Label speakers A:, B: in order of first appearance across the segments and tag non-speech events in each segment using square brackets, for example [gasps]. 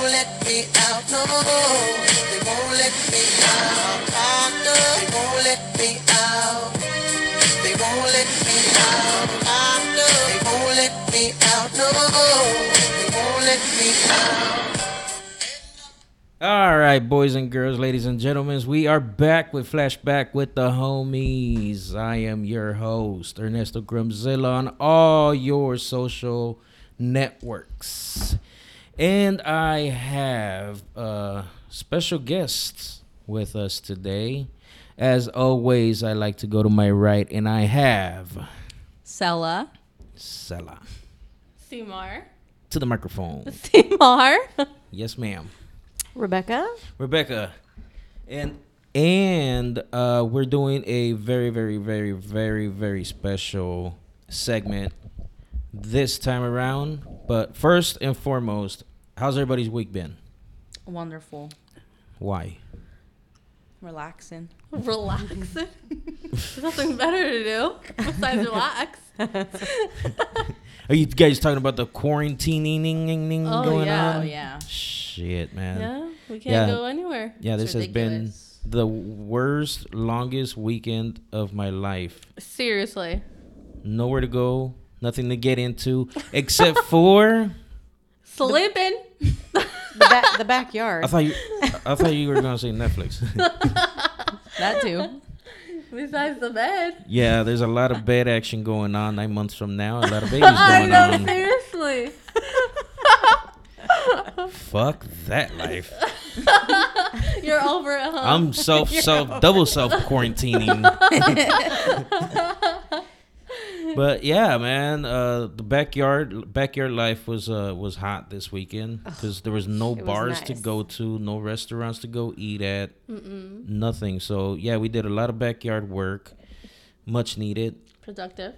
A: me out, no. They won't let me out, doctor. They won't let me out. They won't let me out, doctor. They won't let me out, no. They won't let me out. All right, boys and girls, ladies and gentlemen, we are back with Flashback with the Homies. I am your host, Ernesto Grimzilla, on all your social networks. And I have a special guest with us today. As always, I like to go to my right, and I have
B: Sela.
A: Sela
B: Seymour.
A: to the microphone.
B: Seymour.
A: Yes, ma'am.
C: [laughs] Rebecca?
A: Rebecca, and and uh, we're doing a very, very, very, very, very special segment this time around. But first and foremost, how's everybody's week been?
B: Wonderful.
A: Why?
B: Relaxing. Relaxing? [laughs] There's nothing better to do besides [laughs] relax.
A: Are you guys talking about the quarantining
B: oh,
A: going
B: yeah.
A: on?
B: Oh, yeah.
A: Shit, man.
B: Yeah, we
A: Yeah.
B: can't go anywhere.
A: Yeah, this has been the worst, longest weekend of my life.
B: Seriously.
A: Nowhere to go, nothing to get into,
B: [laughs]
A: except for
B: Sleeping.
C: The, ba- the backyard.
A: I thought you, I thought you were gonna say
C: [laughs]
A: Netflix.
B: [laughs]
C: that too.
B: Besides the bed.
A: yeah, there's a lot of bad action going on. Nine months from now, a lot of
C: [laughs]
A: babies
B: [laughs] I
A: going
B: know,
A: on.
B: [laughs] seriously.
A: Fuck that
C: [laughs]
A: life.
C: Oh,
B: You're over it, huh?
A: I'm self, self, double self
C: [laughs]
A: quarantining. but yeah, man, uh, the backyard, backyard life was uh, was hot this weekend because there was no
C: it was
A: bars to
C: nice.
A: go to, no restaurants to go eat at, nothing. So yeah, we did a lot of backyard work, much needed,
B: Productive.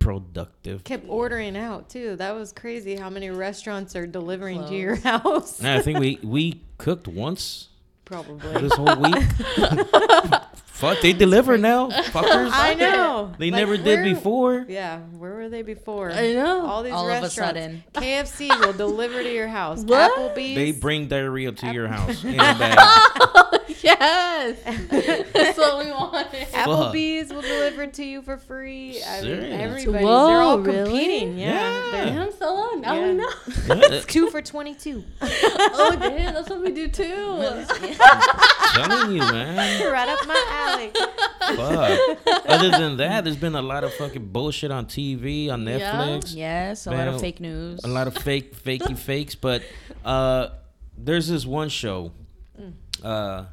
A: productive.
C: Kept ordering out too. That was crazy how many restaurants are delivering to your house.
A: Yeah, I think we we cooked once
C: Probably.
A: this whole week. Fuck, they deliver now, fuckers.
C: I know.
A: They
C: Like,
A: never did
C: where-
A: before.
C: Yeah, where were they before?
B: I know.
C: All these
D: All of a [laughs]
C: restaurants.
D: sudden.
B: [laughs]
C: KFC will deliver to your house.
B: What?
C: Applebee's.
A: They bring diarrhea to your house in a bag.
D: [laughs]
B: Yes. That's what we wanted.
C: Applebee's will deliver to you for free. I mean,
A: Serious?
C: everybody's. they're
B: Whoa,
C: all
B: really?
C: competing. Yeah. they're-
A: Yeah.
B: Damn, so long. Now we
C: Yeah.
B: know.
A: [laughs] Yeah,
C: Two for 22.
B: oh, damn, that's what we
A: [laughs]
B: do too.
A: I'm telling you, man.
C: [laughs] right up my alley.
A: Fuck. Other than that, there's been a lot of fucking bullshit on TV, on
B: Yeah.
A: Netflix,
D: Yes, a lot
A: Man,
D: of fake news.
A: a lot of fake, fakey fakes. But uh, there's this one show, uh,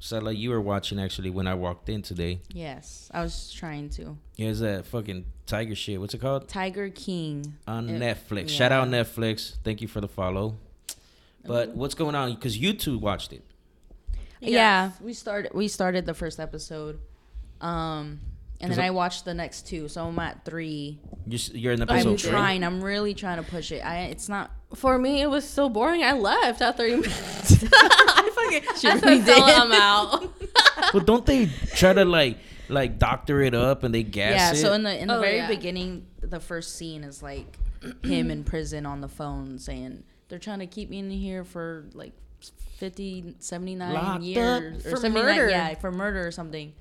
A: Sela, you were watching actually when I walked in today.
D: yes, I was trying to.
A: Is that fucking tiger shit? What's it called?
D: Tiger King.
A: on
D: It-
A: Netflix.
D: yeah. Um,
A: Shout out Netflix. Thank you for the follow. But what's going on? Because you two watched it.
D: Yeah, we started. We started the first episode, um, and
A: 'Cause
D: then
A: I-
D: I watched the next two. So I'm at three.
A: You're, s- you're in
D: I'm
A: episode three.
D: trying. I'm really trying to push it. I. It's not.
B: For me, it was so boring. I left after you. [laughs] I fucking.
D: [laughs] She
B: I said,
D: really
B: "Stella,
D: did."
B: I'm out.
A: Well, don't they try to like like doctor it up and they
D: yeah.
A: gas it?
D: So in the in the
B: Oh,
D: very
B: yeah.
D: beginning, the first scene is like [clears throat] him in prison on the phone saying they're trying to keep me in here for like 50 79
A: Locked up
D: years or
C: for
D: 79
C: murder.
D: yeah for murder or something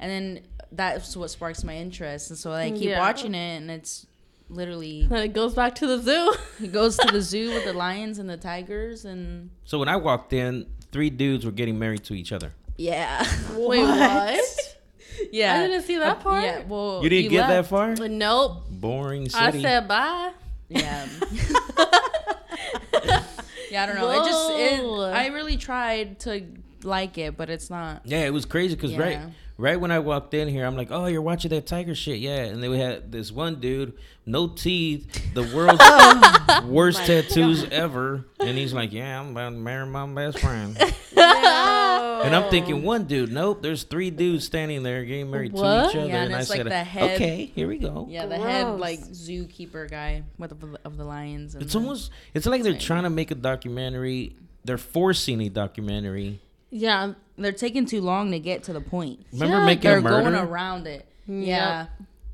D: and then that's what sparks my interest and so i keep
B: Yeah.
D: watching it and it's
B: [laughs]
D: literally
B: then it goes back to the zoo.
D: he goes to the zoo with the lions and the tigers and
A: so when I walked in, three dudes were getting married to each other.
D: yeah [laughs]
B: Wait, what?
D: yeah Uh,
B: I didn't see that part.
D: yeah well
A: You didn't
D: he
A: get that
D: Oh, left.
A: far?
B: But nope.
A: Boring
B: I
A: city.
B: said bye. [laughs]
D: yeah yeah i don't know it just
B: Whoa.
D: it, i really tried to like it but it's not
A: yeah, it was crazy because right
D: Yeah.
A: right when I walked in here, I'm like, oh, you're watching that tiger shit, yeah. And then we had this one dude, no teeth, the
D: [laughs]
A: world's
D: Oh
A: worst tattoos ever, and he's like, yeah, I'm about to marry my best
D: [laughs]
A: friend. And I'm thinking one dude. Nope, there's three dudes standing there getting married to
B: What?
A: each other.
D: Yeah, and it's like the head-
A: okay, here we go.
D: yeah the head
C: Gross.
D: like zookeeper guy with of the, of the lions and
A: It's
D: the-
A: almost. It's like they're trying to make a documentary. They're forcing a documentary.
B: Yeah.
D: they're taking too long to get to the point
A: Remember
B: Yeah,
A: making a
D: they're
A: murder?
D: going around it yeah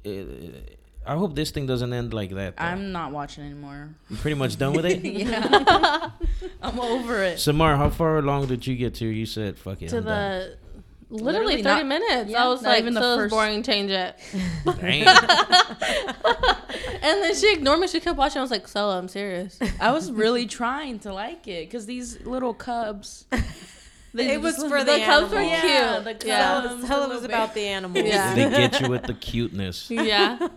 A: Uh, I hope this thing doesn't end like that. though.
D: I'm not watching anymore.
A: You pretty much done with
D: [laughs]
A: it.
D: yeah, I'm over it.
A: Samar, how far along did you get to? You said, "Fuck it."
B: to
A: I'm done."
B: the literally,
D: Literally
B: 30
D: not-
B: minutes.
D: yeah,
B: I was
D: not
B: like,
D: even the
B: even so it's
D: first-
B: boring, change it. [laughs]
A: Damn.
B: And then she ignored me. She kept watching. I was like, so
D: [laughs]
B: I'm serious.
D: I was
B: [laughs]
D: really trying to like it because these little cubs.
C: It was
D: just-
C: for the
B: cubs were
C: animals.
B: cute.
D: Yeah, the cubs.
B: yeah.
C: Hell, it was- hell, it was about the animals.
A: [laughs]
B: Yeah.
A: they get you with the cuteness.
B: yeah.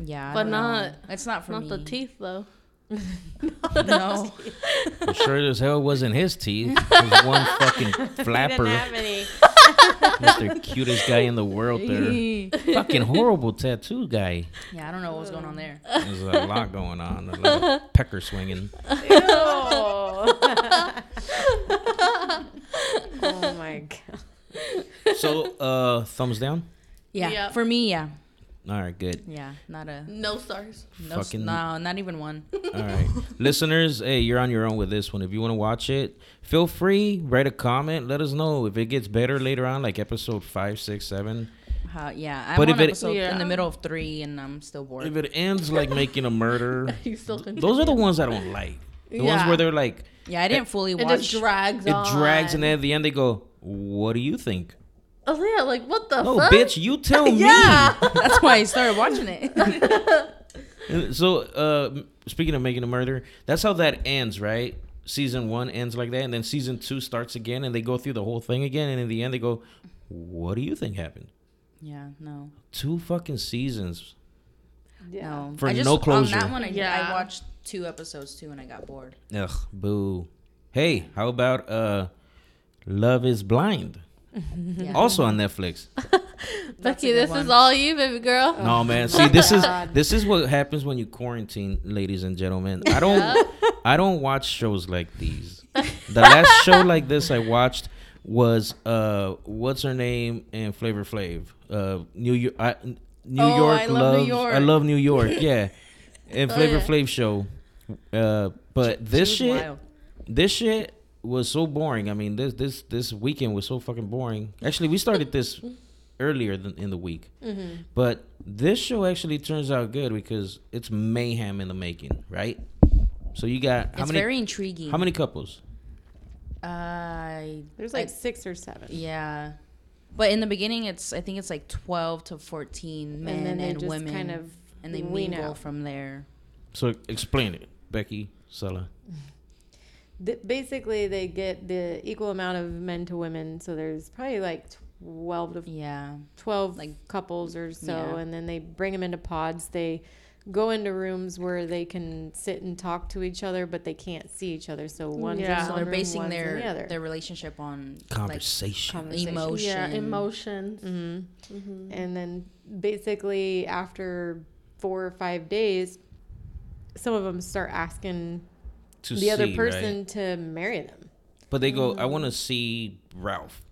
D: Yeah, I
B: But
D: don't know.
B: not-
D: It's not for
B: [laughs] Not
D: me.
B: the teeth though.
D: No,
A: [laughs] I'm sure as hell wasn't his
C: [laughs]
A: teeth. It was one fucking
C: He didn't
A: flapper.
C: have [laughs] any.
A: [laughs] That's the cutest guy in the world there. [laughs] fucking horrible tattoo guy.
D: yeah, I don't know what was going on there.
A: There's a lot going on. A lot
C: [laughs]
A: of pecker swinging.
D: [laughs]
C: oh my god.
A: So, uh, thumbs down.
D: Yeah,
B: Yep.
D: for me, yeah,
A: All right, good.
D: yeah, not a
B: No stars.
D: no, s-
A: Fucking-
D: no, not even one.
A: All right. Listeners, hey, you're on your own with this one. If you want to watch it, feel free, write a comment, let us know if it gets better later on, like episode five, six, seven.
D: How, yeah, I'm
A: But
D: on
A: if it-
D: episode
B: Yeah.
D: in the middle of three, and I'm still bored.
A: If it ends like making a
B: [laughs]
A: murder,
B: You still can.
A: those are the ones I don't like. The ones
B: Yeah.
A: where they're like,
D: yeah, I didn't fully [laughs]
B: It
D: watch.
B: just drags.
A: it drags, and
B: on.
A: then at the end they go, What do you think?
B: Oh yeah, like what the
A: No,
B: fuck?
A: bitch, you
B: [laughs]
A: tell me.
D: That's why I started watching it.
A: [laughs] And So, uh, speaking of making a murder, that's how that ends, right? Season one ends like that, and then season two starts again, and they go through the whole thing again, and in the end, they go, "What do you think happened?"
D: yeah, no,
A: Two fucking seasons.
D: no.
A: For
D: I just,
A: no
D: On
A: closure.
D: that one, I, I
B: Yeah.
D: watched two episodes too, and I got bored.
A: Ugh, boo. Hey, how about uh, Love Is
B: [laughs]
A: Blind?
D: Yeah.
A: Also on Netflix.
D: That's a
B: Becky,
D: good
B: this
D: one.
B: is all you, baby girl.
A: [laughs] No man,
D: [laughs]
A: see this is this is what happens when you quarantine, ladies and gentlemen. I don't I don't watch shows like these. The
D: [laughs]
A: last show like this I watched was uh what's her name and Flavor Flav. Uh New York I, New
D: Oh,
A: York
D: I love New
A: loves
D: York.
A: I love New
D: [laughs]
A: York. Yeah. And
B: Oh,
A: Flavor
B: yeah.
A: Flav show. Uh but this
D: She was
A: shit
D: wild.
A: this shit was so boring. I mean, this this this weekend was so fucking boring. Actually, we started this earlier than in the week, but this show actually turns out good because it's mayhem in the making, right? So you got how
D: It's
A: many
D: very intriguing.
A: how many couples?
D: Uh,
C: There's like
D: I-
C: six or seven.
D: yeah, but in the beginning, it's I think it's like twelve to fourteen men
C: and
D: and,
C: then they just
D: women,
C: kind of
D: and they
C: wean
D: mingle
C: out.
D: from there.
A: So explain it, Becky Sella.
C: Th- basically they get the equal amount of men to women so there's probably like 12 to
D: Yeah,
C: 12
D: Like-
C: like couples or so
D: Yeah.
C: and then they bring them into pods they go into rooms where they can sit and talk to each other but they can't see each other so one's
B: Yeah.
C: yeah. in
D: so
C: one
D: they're
C: room,
D: basing
C: one's in
D: their
C: the other
D: their relationship on like
A: Conversation.
C: conversation.
D: emotion.
B: Yeah, emotions.
D: Mm-hmm.
C: Mhm. And then basically, after four or five days, some of them start asking
A: to
C: the
A: see,
C: other
A: right?
C: person to marry them.
A: but they go, I want to see Ralph.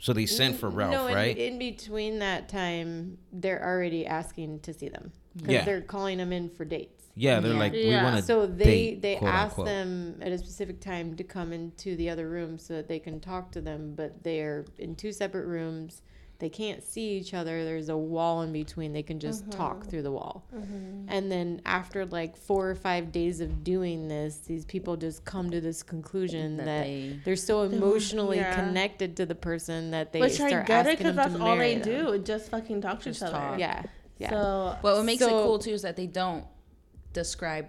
A: So they sent for Ralph,
C: Mm-hmm. no, in-
A: right?
C: In, between that time, they're already asking to see them because
A: Yeah.
C: they're calling them in for dates.
A: yeah, they're
D: Yeah.
A: like, we
B: Yeah.
A: want to.
C: So they
A: date,
C: they
A: quote,
C: ask
A: unquote.
C: them at a specific time to come into the other room so that they can talk to them, but they're in two separate rooms. They can't see each other. There's a wall in between. They can just talk
B: Mm-hmm.
C: through the wall. And then after like four or five days of doing this, these people just come to this conclusion
D: that
C: that,
D: they-
C: they, are so emotionally
B: Yeah.
C: connected to the person that they
B: Which I
C: start
B: get it
C: asking
B: because
C: them
B: that's
C: to
B: all
C: marry
B: they
C: them.
B: do. Just fucking talk to each
D: Just
B: other.
D: talk.
C: Yeah, yeah.
B: So
D: But what makes it
C: So-
D: cool too is that they don't describe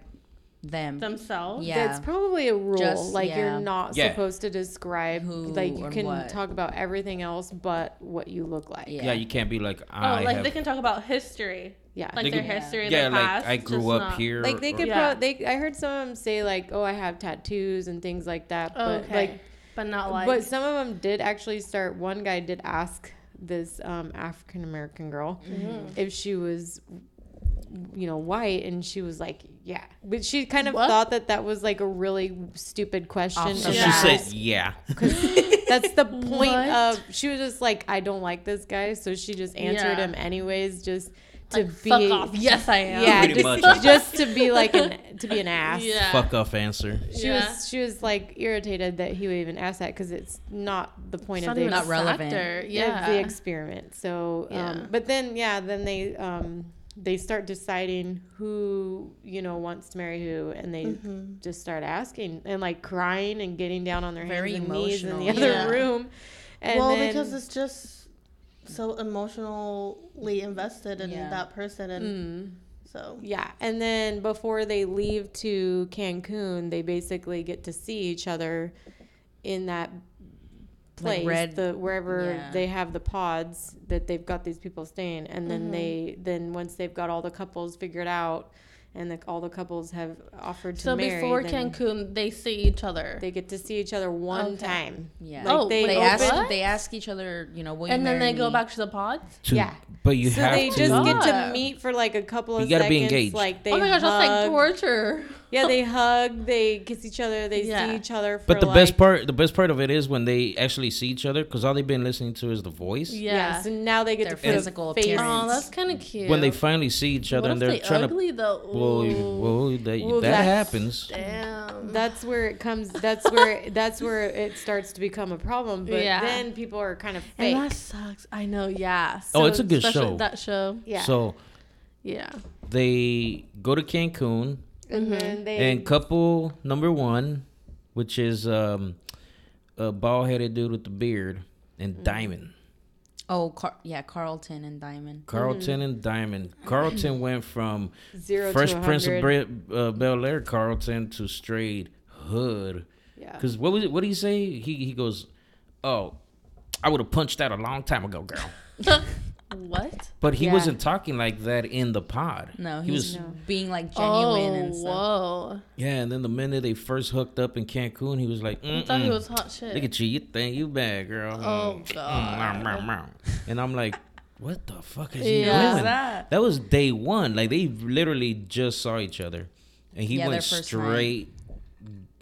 D: them.
B: themselves.
D: Yeah.
C: That's probably a rule.
D: Just-
C: like
D: yeah.
C: you're not
A: Yeah.
C: supposed to describe.
D: Who
C: like you
D: and
C: can
D: what.
C: talk about everything else but what you look like.
D: Yeah.
A: Yeah, you can't be like,
B: Oh,
A: I
B: like
A: have
B: they can talk about history,
C: Yeah.
B: like
A: They
B: their
A: could-
B: history,
A: yeah,
B: their
A: like
B: past.
A: I grew
B: just
A: up
B: not-
A: here.
C: like they
A: or-
C: could
B: Yeah.
C: probably. They I heard some of them say like, "Oh, I have tattoos and things like that." But
B: Oh, okay,
C: Oh, like,
B: but not like.
C: but some of them did actually start. One guy did ask this um, African American girl
B: Mm-hmm.
C: if she was, you know, white, and she was like, "Yeah," but she kind of
B: What?
C: thought that that was like a really stupid question.
D: Off
A: So
C: and
B: Yeah.
A: she
C: asked.
A: said, yeah.
C: That's
B: [laughs]
C: the point
B: What?
C: of she was just like, I don't like this guy, so she just answered
B: Yeah.
C: him anyways, just to
B: like,
C: be
B: fuck off. Yes, I am.
C: yeah,
A: Pretty
C: just,
B: [laughs]
A: much.
C: just to be like an to be an ass.
B: Yeah.
A: Fuck off answer.
C: She
B: Yeah.
C: was she was like irritated that he would even ask that because it's not the point of the
D: even a Not relevant.
B: Factor.
C: yeah.
B: Yeah.
C: the experiment. So, um,
B: Yeah.
C: but then yeah, then they um, they start deciding who you know wants to marry who, and they just start asking and like crying and getting down on their
D: Very
C: hands and knees in the
D: emotional.
C: other
E: Yeah.
C: room. And
E: well,
C: then,
E: because it's just so emotionally invested in
D: Yeah.
E: that person, and
C: Mm.
E: so
C: Yeah, and then before they leave to Cancun, they basically get to see each other in that place,
D: red-
C: the wherever
D: yeah.
C: they have the pods that they've got these people staying, and then
B: Mm-hmm.
C: they then once they've got all the couples figured out, and the, all the couples have offered to
B: So
C: marry,
B: before
C: then
B: Cancun, they see each other.
C: they get to see each other one
B: Okay.
C: time.
D: Yeah.
C: Like
B: Oh,
C: they,
D: they
B: open-
D: ask.
B: What?
D: They ask each other. You know, will you
B: and then
D: marry
B: they go
D: me?
B: back to the pods.
A: To-
C: Yeah.
A: But you
C: so
A: have
C: they
A: to.
C: just get to
B: God.
C: meet for like a couple of
A: You gotta be
C: seconds.
A: engaged.
C: Like they
B: oh my gosh, that's like
C: hug.
B: torture.
C: Yeah,
B: [laughs]
C: they hug, they kiss each other, they see
B: Yeah.
C: each other. For
A: but the
C: like,
A: best part, the best part of it is when they actually see each other, because all they've been listening to is the voice.
B: Yeah.
C: Yeah. so now they get
D: Their
C: to put a
D: physical
C: face.
D: appearance.
B: Oh, that's kind of cute.
A: When they finally see each other
B: what
A: and
B: if
A: they're
B: they
A: trying
B: ugly though.
A: to, well, you-
B: Ooh.
A: well, that,
C: Well,
A: that
C: that's-
A: happens.
B: Damn.
C: That's where it comes. That's where that's where it starts to become a problem. But
B: Yeah.
C: then people are kind of fake.
B: and that sucks. I know. Yeah.
A: Oh, it's a good
B: especially
A: show.
B: That show.
C: yeah.
A: So
B: Yeah.
A: they go to Cancun,
C: and then they
A: and couple number one, which is um, a bald-headed dude with the beard and
C: Mm.
A: Diamond.
D: Oh, Car- yeah, Carlton and Diamond.
C: Mm-hmm.
A: Carlton and Diamond. Carlton went from
C: zero
A: Fresh
C: to a
A: Prince of
C: hundred.
A: Bre- uh, Bel Air Carlton to straight hood.
C: Yeah.
A: Cause what was it? What did he say? He he goes, oh, I would have punched that a long time ago, girl.
B: [laughs] what?
A: But he
C: Yeah.
A: wasn't talking like that in the pod.
D: No,
A: he
D: he's
A: was.
D: being like genuine
B: oh,
D: and stuff.
B: whoa.
A: Yeah, and then the minute they first hooked up in Cancun, he was like,
B: I thought he
A: "Mm-mm.
B: was hot shit.
A: Look at you, you think you bad, girl.
B: Oh,
A: Mm,
B: God.
A: mm, meow, meow, meow. And I'm like, what the fuck is he
B: Yeah. What was
A: doing?
D: that?
A: That was day one. Like they literally just saw each other, and he
D: Yeah, their
A: went
D: first
A: straight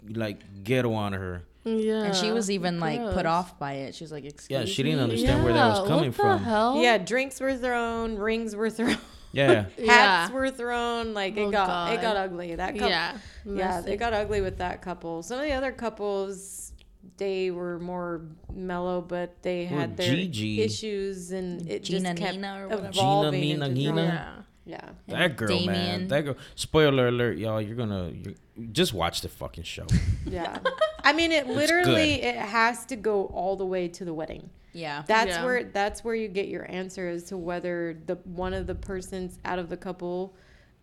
A: like ghetto on her.
B: Yeah.
D: And she was even like
B: gross.
D: put off by it. She was like, "Excuse
A: Yeah, she
D: me?"
A: didn't understand where that
B: Yeah,
A: was coming
B: what
A: from.
B: The hell?
C: Yeah, drinks were thrown, rings were thrown, [laughs]
A: Yeah,
C: hats
B: Yeah.
C: were thrown. Like it
B: Oh,
C: got it
B: God.
C: got ugly. That couple,
B: Yeah.
C: yeah,
B: Messy.
C: it got ugly with that couple. Some of the other couples, they were more mellow, but they
A: Well,
C: had their
A: Gigi-
C: issues and it
D: Gina
C: just kept
D: Nina or whatever.
C: evolving
A: Gina
C: into
A: Mina
C: drama.
A: Nina?
B: Yeah.
C: Yeah.
A: that girl, man.
D: Damien.
A: That girl. Spoiler alert, y'all. You're gonna you just watch the fucking show.
C: Yeah. I mean, it literally it has to go all the way to the wedding.
D: Yeah,
C: That's
B: Yeah.
C: where that's where you get your answer as to whether the one of the persons out of the couple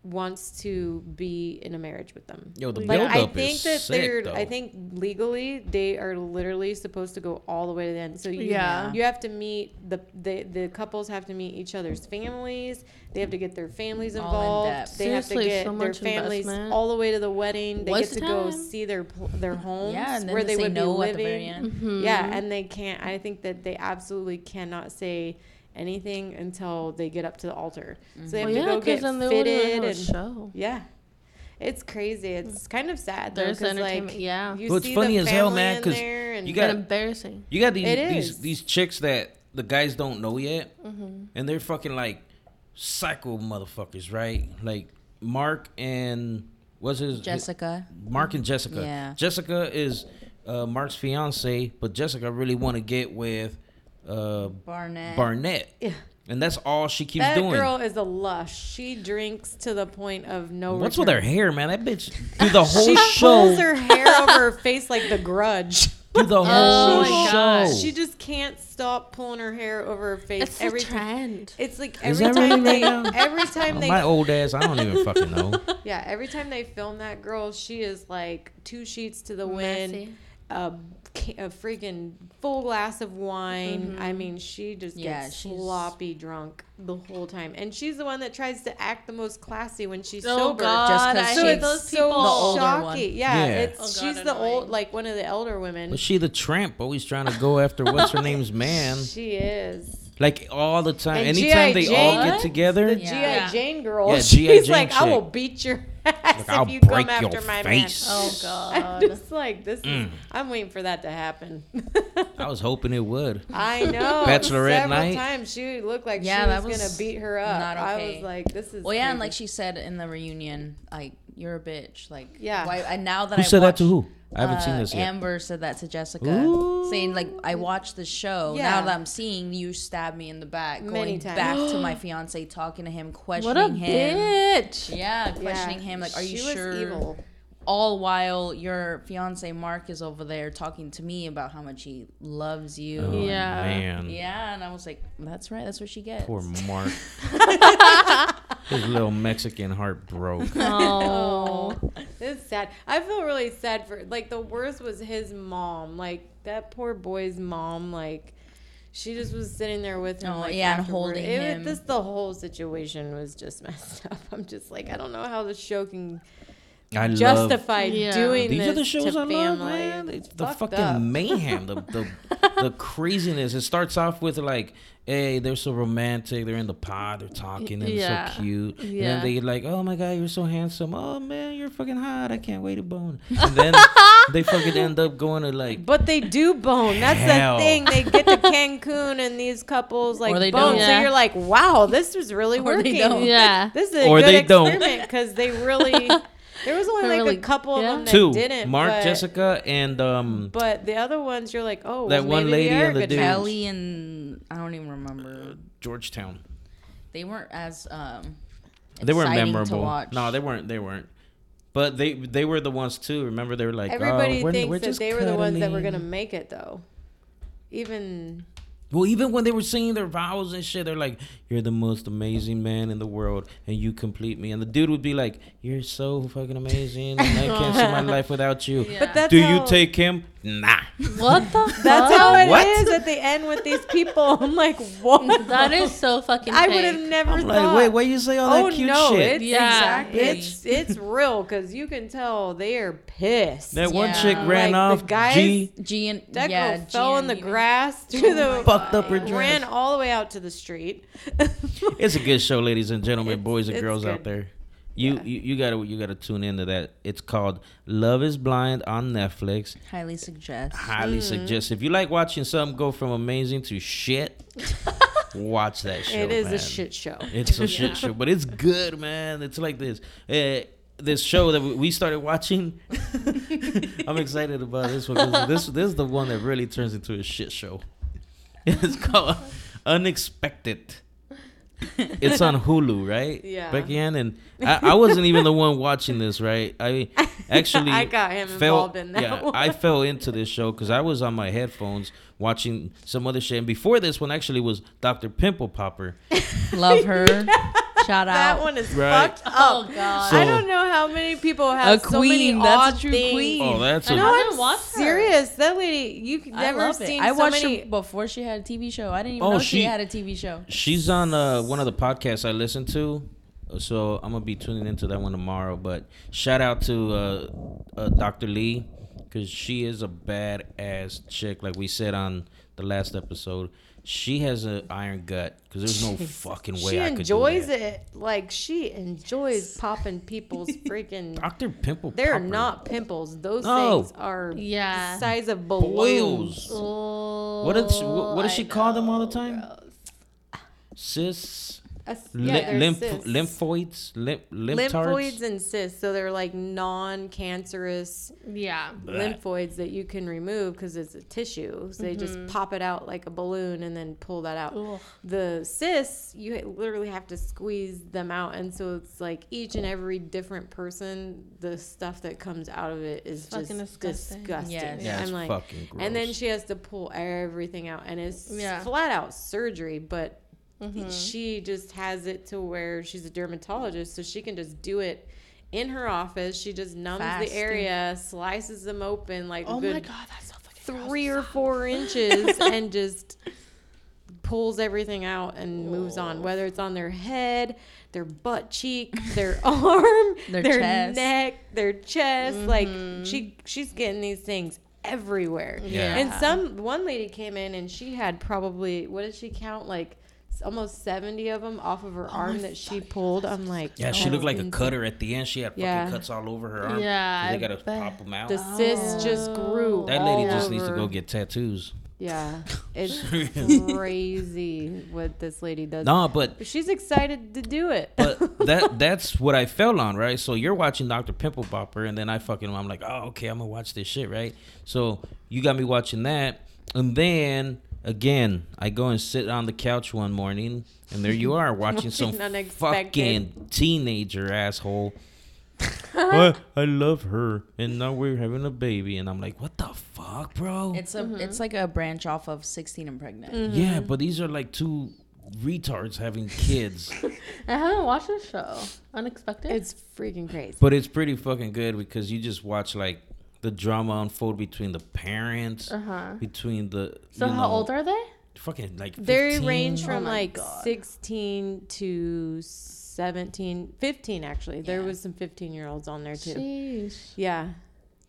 C: wants to be in a marriage with them.
A: Yo, the
C: Like
A: buildup
C: I think
A: is
C: that
A: sick,
C: they're
A: though.
C: I think legally they are literally supposed to go all the way to the end. So you
B: Yeah.
C: you have to meet the, the the couples have to meet each other's families. They have to get their families
D: All in
C: involved.
D: depth.
C: they have
B: Seriously,
C: to get
B: so
C: their
B: much
C: families
B: investment.
C: all the way to the wedding. They
B: Waste
C: get to
B: of
C: go
B: time.
C: see their pl- their homes
D: yeah, and then
C: where
D: to
C: they
D: say
C: would
D: no
C: be living.
D: at the very end.
B: Mm-hmm.
C: Yeah, and they can't. I think that they absolutely cannot say anything until they get up to the altar. So
D: Mm-hmm.
C: they have
B: Well,
C: to
B: yeah,
C: go get
B: because then they
C: fitted
B: wouldn't have a
C: and
B: show.
C: yeah. It's crazy. It's kind of sad though,
B: Mm. There's
C: because
B: entertainment.
C: like
B: yeah.
C: you
A: Well, it's
C: see
A: funny
C: the
A: as hell,
C: family
A: man,
C: in
A: 'cause
C: there and
A: you
B: And
A: got-
B: embarrassing.
A: You got these
C: It
A: these
C: is. Mm-hmm.
A: these chicks that the guys don't know yet, and they're fucking like psycho motherfuckers, right? Like Mark and what's his
D: Jessica.
A: Mark and Jessica.
D: Yeah.
A: Jessica is uh, Mark's fiance, but Jessica really want to get with uh,
D: Barnett.
A: Barnett,
C: yeah.
A: and that's all she keeps
C: that
A: doing.
C: girl is a lush. She drinks to the point of no.
A: What's with
C: return.
A: her hair, man? That
C: [laughs]
A: bitch through the whole
C: She pulls
A: show,
C: her hair over her face like the grudge.
A: through the [laughs] whole
B: Oh my
A: show.
C: Oh She just can't stop pulling her hair over her face
B: It's
C: every
B: a trend.
C: It's like
A: Is
C: every
A: that really
C: time they,
A: right now?
C: every time they
A: my old ass, I don't even fucking know.
C: [laughs] Yeah, every time they film that girl, she is like two sheets to the wind,
B: Messy.
C: a, ca- a freaking full glass of wine. I mean, she just
D: Mm-hmm. Yeah,
C: gets
D: she's-
C: sloppy drunk the whole time, and she's the one that tries to act the most classy when she's
B: Oh
C: sober.
B: God,
D: Just 'cause
B: I
D: she's
C: So
B: hate
C: it's
B: those
C: so
B: people.
D: The older one.
C: shocking. Yeah,
A: Yeah.
C: it's
B: Oh, God,
C: she's the old,
B: annoying.
C: like one of the elder women.
A: But she the tramp, always trying to go after what's her name's
C: [laughs]
A: man,
C: She is.
A: like all the time.
C: And
A: Anytime
C: G.I.
A: they all
C: Jane?
A: get together,
C: The
D: Yeah.
C: GI Jane girl.
A: Yeah,
C: [laughs] she's
A: G.I. Jane
C: like, I
A: chick.
C: will beat your [laughs] ass
A: like,
C: if
A: I'll
C: you
A: break
C: come after
A: your
C: my
A: face.
C: man.
B: Oh [laughs]
C: [laughs] I'm
B: God.
C: just like this.
A: Mm.
C: Is, I'm waiting for that to happen. [laughs]
A: I was hoping it would. [laughs]
C: I know.
A: Bachelorette
C: Several
A: night?
C: times she looked like
D: Yeah,
C: she was,
D: that
C: gonna
D: was
C: beat her up.
D: not
C: I was
D: okay.
C: like, this is.
D: Well, yeah, and like
C: crazy.
D: she said in the reunion, like you're a bitch. Like
C: Yeah.
D: why, and now that
A: Who
D: I
A: said that
D: watch,
A: to who? I haven't seen
D: uh,
A: this yet.
D: Amber said that to Jessica,
A: Ooh.
D: saying like, "I watched the show.
C: Yeah.
D: Now that I'm seeing you stab me in the back,
C: Many
D: going
C: times.
D: back
C: [gasps]
D: to my fiance, talking to him, questioning
B: What a
D: him,
B: bitch.
D: yeah, questioning him. Like, are you
C: she
D: sure?
C: Was evil.
D: All while your fiance Mark is over there talking to me about how much he loves you.
A: Oh,
C: uh,
B: Yeah.
A: Man.
D: Yeah, and I was like, "That's right. That's what she gets."
A: Poor Mark.
C: [laughs]
A: His little Mexican heart broke.
B: [laughs] Oh.
C: It's sad. I feel really sad for like the worst was his mom. Like that poor boy's mom. Like she just was sitting there with him.
D: Oh,
C: like,
D: yeah, and
C: afterward.
D: holding
C: it, was-
D: him.
C: This the whole situation was just [laughs] messed up. I'm just like I don't know how the show can
A: I love
C: justify
B: Yeah.
C: doing
A: These
C: this
A: are the shows
C: to
A: I
C: family.
A: love, man. It's the
C: fucked
A: fucking
C: up.
A: mayhem, the,
C: [laughs]
A: the the craziness. It starts off with like, hey, they're so romantic. They're in the pod. They're talking and
B: Yeah.
A: so cute.
B: Yeah.
A: And then they like, oh my god, you're so handsome. Oh man, you're fucking hot. I can't wait to
C: [laughs]
A: bone. And then they fucking end up going to like.
C: But they do bone. That's
A: Hell.
C: the thing. They get to Cancun and these couples like
D: they
C: bone.
D: don't.
B: Yeah.
C: So you're like, wow, this was really
D: Or they
C: working.
D: don't.
B: [laughs] Yeah.
C: [laughs] This is a
A: Or
C: good
A: they don't.
C: experiment because they really. There was only
B: They
C: like
B: really-
C: a couple
B: yeah.
C: of them that
A: Two,
C: didn't.
A: Mark,
C: but,
A: Jessica, and um,
C: But the other ones, you're like, oh,
A: That
C: well,
A: one
C: maybe they
A: lady
C: are
A: and the
C: good
A: dude.
C: match.
D: Kelly and I don't even remember.
A: Georgetown.
D: They weren't as um.
A: They weren't
D: exciting to
A: memorable.
D: watch.
A: No, they weren't. They weren't. But they they were the ones too. Remember, they were like,
C: Everybody
A: oh, we're,
C: thinks
A: we're
C: that
A: just
C: they were the ones that were
A: cuddling."
C: gonna make it though. Even
A: Well, even when they were singing their vows and shit, they're like, "You're the most amazing man in the world, and you complete me." And the dude would be like, "You're so fucking amazing, and I can't see my life without you."
D: Yeah.
C: but that's
A: Do
C: how,
A: you take him? Nah.
B: What the fuck?
C: That's how it is
A: What?
C: at the end with these people. I'm like, whoa.
B: That is so fucking
C: I
B: fake.
C: would have never
A: I'm
C: thought.
A: like, wait, why you say all that
C: oh
A: cute
C: no,
A: shit?
C: it's
B: Yeah,
C: exactly it's
D: bitch.
C: it's real because you can tell they are pissed.
A: That one
D: Yeah.
A: chick ran
C: Like, the
A: off.
C: guys-
A: G
D: G and
C: That
D: yeah,
C: girl
D: G
C: fell in
D: and
C: the
D: Eva.
C: grass to
D: my
C: the
A: fucked up her
C: ran
A: dress.
C: all the way out to the street. [laughs]
A: It's a good show, ladies and gentlemen,
C: It's-
A: boys and
C: it's
A: girls out
C: good.
A: there. You,
C: Yeah.
A: you you gotta you gotta tune into that. It's called Love Is Blind on Netflix.
C: [laughs]
D: Highly suggest.
C: Mm.
A: Highly suggest if you like watching something go from amazing to shit, [laughs] watch that show.
C: it is
A: man.
C: a shit show.
A: It's a shit show, but it's good, man. It's like this. Uh, this show that we- we started watching, [laughs] I'm excited about this one. 'cause This this is the one that really turns into a shit show. [laughs] It's called Unexpected. It's on Hulu, right?
C: Yeah.
A: Becky Ann and I, I wasn't even the one watching this, right?
C: [laughs]
A: I actually
C: I got him
A: fell,
C: involved in that
A: yeah,
C: one.
A: I fell into this show because I was on my headphones watching some other shit. And before this one actually was Dr. Pimple
C: [laughs]
A: Popper.
D: Love [laughs] her. Shout
C: that
D: out.
C: one is
A: Right.
C: fucked
E: Oh,
C: up.
B: God.
A: So-
C: I don't know how many people have so many
D: Oh, queen. That's a
C: odd
D: true
C: things.
D: queen.
A: Oh, that's
B: I
A: a
B: know,
C: No,
B: I
C: I'm
B: didn't watch her.
C: serious. That lady, you've never
D: I love
C: seen
D: it. I
C: so
D: watched
C: many.
D: her before she had a TV show. I didn't even
A: Oh,
D: know she,
A: she-
D: had a TV show.
A: She's on uh, one of the podcasts I listen to, so I'm gonna be tuning into that one tomorrow. But shout out to uh, uh, Dr. Lee because she is a badass chick, like we said on the last episode. She has an iron gut because there's no fucking way
C: she
A: I could.
C: enjoys it. Like she enjoys popping people's freaking.
A: Doctor Pimple.
C: They're
A: Popper.
C: not pimples. Those
A: No.
C: things are
B: Yeah.
C: the size of
A: boils.
C: balloons.
B: Oh,
A: What does she, what, what does
B: I
A: she call them all the
B: know.
A: time? Cis.
C: A-
A: Ly-
C: yeah, they're
A: lymph,
C: cysts.
A: lymphoids, lymph,
C: lymphoids
A: lymphards.
C: and cysts. So they're like non-cancerous
B: Yeah.
A: Blech.
C: lymphoids that you can remove because it's a tissue. So they just pop it out like a balloon and then pull that out.
B: Ugh.
C: The cysts, you ha- literally have to squeeze them out, and so it's like each and every different person, the stuff that comes out of it is
E: fucking
C: just
E: disgusting.
C: disgusting.
D: Yes.
A: Yeah, it's
C: I'm like,
A: fucking gross.
C: and then she has to pull everything out, and it's
E: Yeah.
C: flat out surgery, but. She just has it to where she's a dermatologist, so she can just do it in her office. She just numbs
D: Fast,
C: the
D: yeah.
C: area, slices them open like
E: Oh
C: a good
E: my god, that's so fucking gross.
C: three or four inches and just pulls everything out and moves on, whether it's on their head, their butt cheek, their [laughs] arm,
D: Their
C: their,
D: chest.
C: neck, their chest. Like she she's getting these things everywhere.
A: Yeah.
C: And some one lady came in and she had probably what did she count like s- almost 70 of them off of her arm that she pulled. I'm like
A: Yeah, she
C: oh,
A: looked like a
C: insane.
A: cutter at the end. She had fucking
C: Yeah.
A: cuts all over her arm.
B: Yeah,
A: 'cause
B: I
A: They gotta
B: bet.
A: pop them out.
C: The cysts just grew.
A: that lady
C: all
A: just needs to
C: over.
A: go get tattoos.
D: [laughs]
C: Yeah, it's crazy what this lady does.
A: No, but
C: But she's excited to do it.
A: but that that's what I fell on, right? So you're watching Dr. Pimple Popper, and then I fucking I'm like, oh okay, I'm gonna watch this shit, right? So you got me watching that, and then again I go and sit on the couch one morning, and there you
C: [laughs]
A: are watching some
C: Watching Unexpected.
A: fucking teenager
C: [laughs]
A: asshole. what? I love her, and now we're having a baby, and I'm like, what the fuck, bro?
D: It's a it's like a branch off of 16 and pregnant.
A: Yeah,
C: mm-hmm.
A: but these are like two retards having kids.
E: I haven't watched the show. Unexpected.
C: [laughs] It's freaking crazy.
A: But it's pretty fucking good because you just watch like the drama unfold between the parents,
E: uh huh.
A: between the
E: So
A: you
E: how
A: know,
E: old are they?
A: Fucking like
C: They
A: 15.
C: range from
D: Oh
E: my
C: like
E: God.
C: 16 to 17, 15 actually. There was some 15 year olds on there too.
E: Sheesh.
C: Yeah.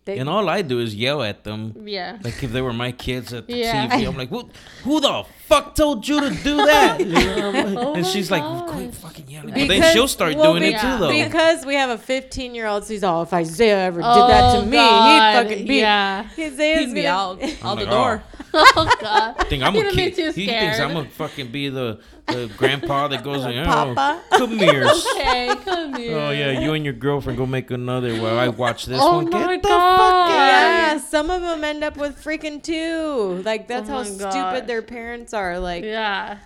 C: They,
A: And all I do is yell at them.
E: Yeah.
A: Like if they were my kids at the
E: Yeah.
A: TV, I'm like, who, who the fuck told you to do that? You know, I'm like-
E: Oh
A: and
E: my
A: she's like,
E: gosh.
A: quit fucking yelling. but then
C: Because-
A: she'll start
C: well,
A: doing it
E: yeah.
A: too, though.
C: because we have a 15 year old, she's all, if Isaiah ever did that to me, he'd fucking be.
E: Oh, Yeah.
C: Isaiah's
D: Oh, He'd be
C: gonna- [laughs]
D: out out
A: like,
D: the
A: oh.
D: door.
E: oh god.
A: think I'm
E: You're
A: a
E: gonna be
A: kid.
E: too
A: He thinks
E: scared.
A: I'm gonna fucking be the, the grandpa that goes, oh,
C: Papa.
A: come here,
E: Okay, come here.
A: Oh yeah, you and your girlfriend go make another while I watch this
E: Oh
A: one.
E: my
A: Get the
E: God.
A: fuck out.
C: Yeah, some of them end up with freaking two. Like that's
E: Oh
C: how
E: my
C: stupid
E: gosh.
C: their parents are. Like
E: Yeah.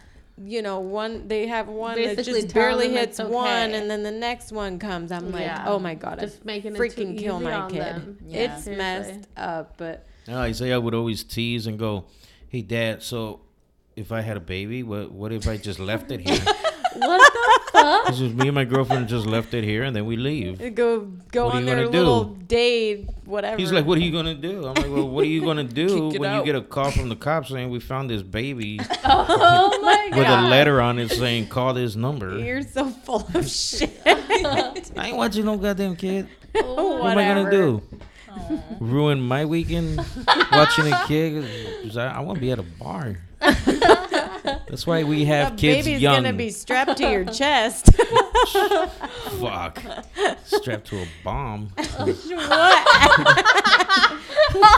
C: you know, one they have one
E: Basically
C: that just
E: tell
C: barely
E: them it's
C: hits
E: okay.
C: one, and then the next one comes. I'm like,
E: Yeah.
C: oh my god, I
E: Just making it too
C: freaking kill
E: easy
C: my
E: on
C: kid.
E: them.
D: Yeah.
C: It's
E: Seriously.
C: [laughs] messed up, but
A: No, Isaiah would always tease and go, "Hey, Dad, so if I had a baby, what what if I just left it here?
E: What the fuck?
A: This is me and my girlfriend just left it here, and then we leave."
C: go go
A: What are
C: on
A: you
C: their
A: gonna do?
C: little day, whatever.
A: He's like, "What are you gonna do?" I'm like, "Well, what are you gonna do
D: Kick it
A: when
D: out.
A: you get a call from the cops saying we found this baby
E: Oh my god.
A: with a letter on it saying call this number?"
C: you're so full
E: [laughs]
C: of shit.
A: I ain't watching no goddamn kid.
C: Whatever.
A: What am I gonna do? Ruin my weekend watching a kid? 'Cause I, I want to be at a bar. That's why we have
C: The
A: kids
C: baby's
A: young.
C: gonna be strapped to
E: [laughs]
C: your chest. [laughs] Oh
A: Fuck. Strapped to a bomb.
C: oh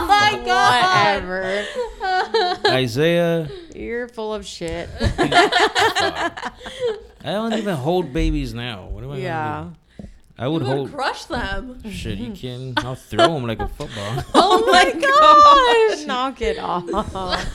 C: my god. Whatever. [laughs]
A: Isaiah,
C: You're full of shit.
A: I don't even hold babies now. What am I
C: Yeah.
A: gonna do? I would
B: You would
A: hold
B: crush them.
A: shit. You kidding? I'll throw them like a football.
C: Oh my gosh. Knock it off.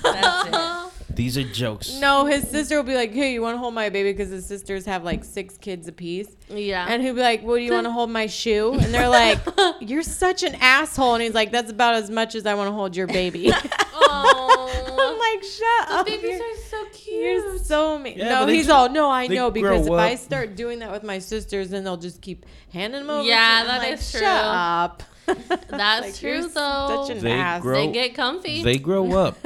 D: That's
A: These are jokes.
C: No, his sister will be like, "Hey, you want to hold my baby?" Because his sisters have like six kids apiece,
E: Yeah.
C: [laughs] and he'll be like, "Well, do you want to hold my shoe?" And they're
B: [laughs]
C: like, "You're such an asshole," and he's like, "That's about as much as I want to hold your baby."
B: Oh,
C: I'm like, "Shut up."
B: [laughs] babies
C: You're-
B: are so cute.
C: You're so mean.
A: Yeah,
C: no,
A: but they
C: he's
A: ju-
C: all, no, I
A: they
C: know because if
A: grow
C: I
A: up.
C: start doing that with my sisters, then they'll just keep handing them over.
B: Yeah,
C: that
B: that
C: is
B: is
C: Shut
B: true.
C: up.
B: That's
C: Like,
B: true
C: you're
B: though.
C: [laughs] Such an
A: They
C: ass.
A: grow-
B: they get comfy. [laughs]
A: They
C: [laughs]
A: grow up.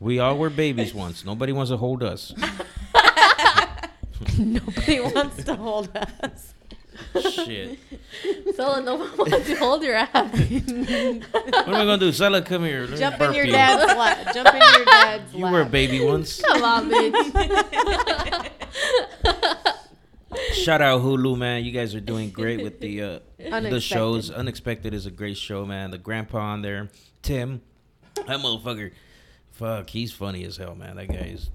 A: we all were babies once. Nobody wants to hold
C: [laughs]
A: us.
C: Nobody wants to hold us.
A: Shit.
B: so no one wants to [laughs] hold your ass.
A: What am I gonna do? Zella, come here. Let me
C: Jump in
A: burp
C: your
A: you.
C: dad's lap. Jump in your
A: [laughs]
C: dad's
A: You
C: lap.
A: were a baby once.
B: Come on, bitch.
A: Shout out Hulu, man. You guys are doing great with the uh, the
C: Unexpected.
A: shows. Unexpected is a great show, man. The grandpa on there, Tim, that motherfucker, fuck, he's funny as hell, man. That guy is.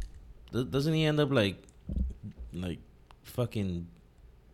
A: do- Doesn't he end up like, like, fucking,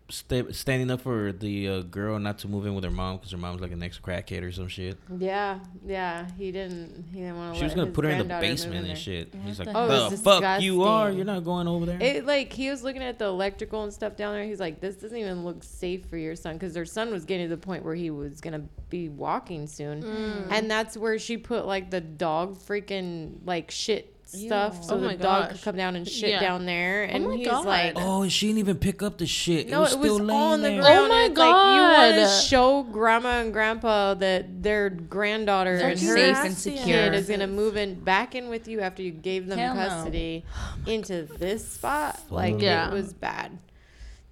A: sta- standing up for the uh, girl not to move in with her mom because her mom's like an ex crackhead or some shit.
C: Yeah, yeah. He didn't. He didn't want to.
A: She was gonna put her in the basement and shit. He's like,
D: the hell?
C: Oh,
A: the
C: it's
A: fuck you are?
C: disgusting.
A: You're not going over there.
C: It like he was looking at the electrical and stuff down there. He's like, this doesn't even look safe for your son because their son was getting to the point where he was gonna be walking soon,
E: Mm.
C: and that's where she put like the dog freaking like shit stuff so
E: Oh
C: the
E: my
C: dog could
E: gosh.
C: come down and shit
E: Yeah.
C: down there. And
E: my
C: he's
E: God.
C: like,
A: oh, and she didn't even pick up the shit.
C: No,
A: it was,
C: it was
A: still laying
C: on the
A: there.
C: ground.
E: Oh my
C: and it's Like you want
E: God.
C: to show grandma and grandpa that their granddaughter
D: They're
C: and her
D: safe and secure.
C: kid is gonna move in back in with you after you gave them
D: Hell no.
C: [gasps] custody into this spot. Like
E: Yeah.
C: it was bad.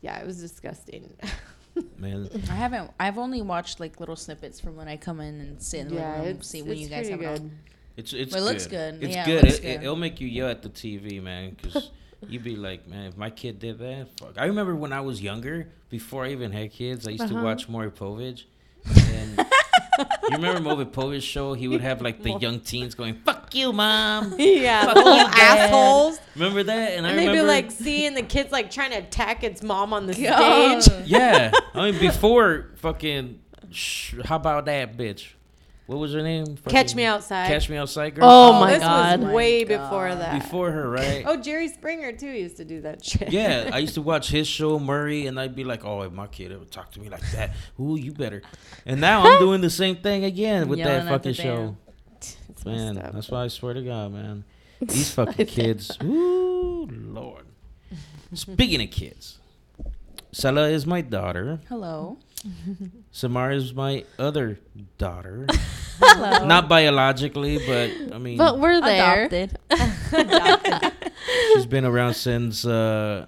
C: Yeah, it was disgusting. [laughs]
A: Oh. Man,
D: it. I haven't. I've only watched like little snippets from when I come in and sit in the
C: yeah,
D: living room and
C: it's,
D: see when
C: it's
D: you guys have
C: pretty
D: it.
C: good.
D: on.
A: It's it's
D: But it
A: good.
D: looks good.
A: It's
D: Yeah, it
A: good.
D: looks
A: it,
D: good.
A: will make you yell at the TV, man,
C: [laughs]
A: because you'd be like, man, if my kid did that, fuck. I remember
C: Uh-huh. [laughs]
A: when I was younger, before I even had kids, I used to watch Maury Povich, and You remember Moby Poet's show? He would have like the young teens going, "Fuck you, mom."
C: [laughs] yeah, little assholes.
A: Remember that? And, I
C: And they'd
A: remember
C: be like seeing the kids like trying to attack its mom on
D: [laughs]
C: the
B: God.
C: stage.
A: Yeah, I
C: [laughs]
A: mean before fucking. Sh- how about that bitch? What was her name?
C: Catch
A: Fucking-
C: me outside.
A: Catch me outside, girl.
E: Oh my
C: this
E: god.
C: was way
D: My
C: before
D: God.
C: that.
A: Before her, right?
C: Oh, Jerry Springer too used to do that shit.
A: Yeah, I used to watch his show Murray, and I'd be like, "Oh, if my kid ever talked to me like that, ooh, you better." And now I'm doing the same thing again with that
D: Yelling at
A: fucking
D: the
A: show.
C: It's
A: Man,
C: messed up. [laughs]
A: that's why I swear to God, man,
D: [laughs]
A: these fucking kids. Ooh, Lord. Speaking of kids, Salah is my daughter.
C: [laughs]
D: Hello.
A: Samara is my other daughter,
D: Hello.
A: not biologically, but I mean,
B: But we're [laughs] there.
D: Adopted.
A: she's been around since uh,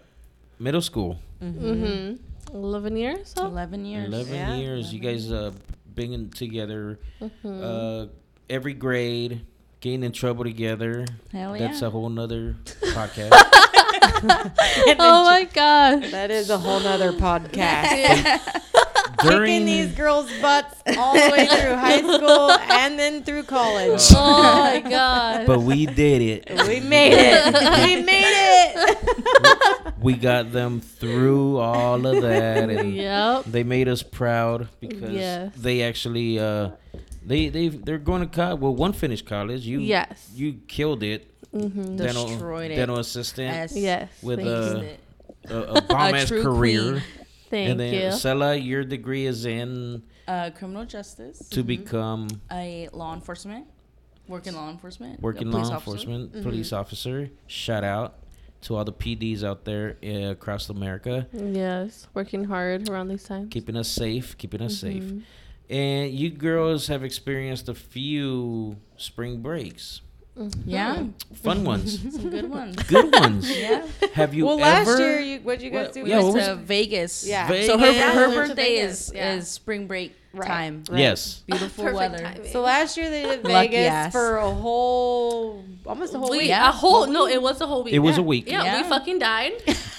A: middle school.
B: Mm-hmm. 11 years? huh?
D: 11 years.
A: 11
C: Yeah.
A: years. You guys uh, binging together uh, every grade, getting in trouble together.
D: Hell Oh, yeah.
A: That's a whole nother podcast.
B: Oh my
C: [laughs]
B: gosh.
C: That is a whole
B: [laughs]
C: nother podcast. Kicking these
A: During,
C: girls' butts all the way through
B: [laughs]
C: high school and then through college.
B: Oh my god.
A: but we did it.
C: [laughs] We made
A: [laughs]
C: it. We made it.
A: We got them through all of that.
B: [laughs]
A: And
B: [laughs] Yep.
A: They made us proud because
B: Yes.
A: they actually uh, they they they're going to college. Well, one finished college. You
B: Yes.
A: you killed it. Dental,
D: Destroyed it.
A: dental assistant
D: Yes.
B: Yes.
A: with
B: thank
A: uh,
B: you.
A: a, a bomb ass
D: true
A: career.
D: queen.
B: Thank
A: and then
B: you.
A: Sela, your degree is in
D: Uh, criminal justice.
A: to become
D: I law enforcement. Work in law enforcement.
A: working
D: a
A: law
D: police officer.
A: enforcement police officer. Shout out to all the PDs out there uh, across America,
B: yes. Working hard around these times.
A: keeping us safe, keeping us safe. And you girls have experienced a few spring breaks,
D: Yeah.
A: fun
D: [laughs]
A: ones,
D: Some good ones.
A: good ones.
D: Yeah. [laughs]
A: Have you
C: Well,
A: ever?
C: last year, you, what'd you guys
A: What-
C: do?
A: yeah,
D: Went
A: what was-
D: to Vegas.
C: Yeah.
D: So her,
C: Vegas.
D: her
C: Yeah.
D: birthday
C: Vegas,
D: is,
C: yeah.
D: is spring break
C: Right.
D: time.
A: Yes.
D: Beautiful
B: Perfect
D: weather.
B: timing.
C: So last year they did
D: Lucky
C: Vegas
D: ass.
C: for a whole, almost a whole
B: We,
C: week.
D: Yeah.
B: a whole no, it was a whole week.
A: It was a week.
B: Yeah,
D: Yeah.
B: we fucking died.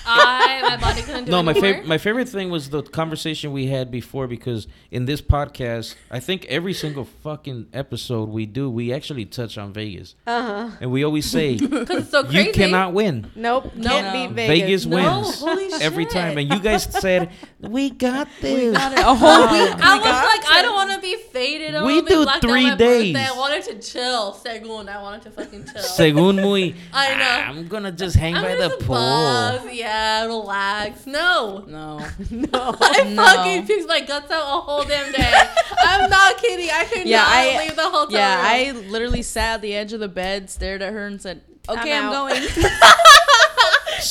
B: I my body couldn't do
A: No,
B: it
A: my
B: anymore.
A: favorite my favorite thing was the conversation we had before because in this podcast, I think every single fucking episode we do, we actually touch on Vegas,
C: Uh huh.
A: and we always
B: [laughs]
A: say you
B: because it's so crazy.
A: cannot win.
C: Nope.
D: No.
C: Can't
D: No.
C: beat
A: Vegas,
C: Vegas. [laughs]
B: No,
A: wins
B: holy shit.
A: every time, and you guys said we got this.
D: [laughs] A whole week.
B: I was like, I don't want to be faded. I
A: We
B: wanna be
A: do
B: blacked out on
A: three
B: my birthday.
A: days.
B: I wanted to chill, Segun. I wanted to fucking chill.
A: Según muy,
B: I know.
A: "Ah, I'm gonna just hang
B: I'm
A: by the
B: just
A: pool.
B: above. Yeah, relax. No,
D: No.
B: I
D: No.
B: fucking puked my guts out a whole damn day. I'm not kidding. I
D: [laughs]
B: could
D: Yeah,
B: not
D: I-
B: leave the hotel
D: Yeah,
B: room.
D: I literally sat at the edge of the bed, stared at her, and said, "Okay, I'm,
C: out."
D: going." [laughs]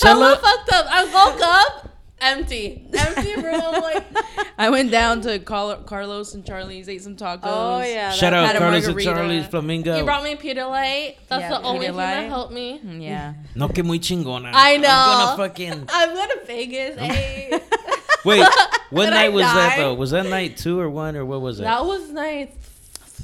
B: Hella
A: Sela,
B: fucked up. I woke up empty, empty room. Like
D: [laughs] I went down to Carl- Carlos and Charlie's, ate some tacos.
C: Oh yeah.
A: shout
C: that-
A: out
D: Had a
A: Carlos and
D: margarita.
A: Charlie's
B: he
A: Flamingo.
B: brought me Peter Light. That's
D: Yeah, Hmm.
B: the only
D: Pedialyte.
B: thing that helped me.
D: Mm, [laughs] Yeah.
A: No que muy chingona.
B: I
A: I'm
B: know.
A: gonna fucking
B: [laughs] I'm going to Vegas. eh?
A: wait.
B: [laughs]
A: What
B: Did
A: night
B: I
A: was that
B: die?
A: though? Was that night two or one or what was it?
B: that was night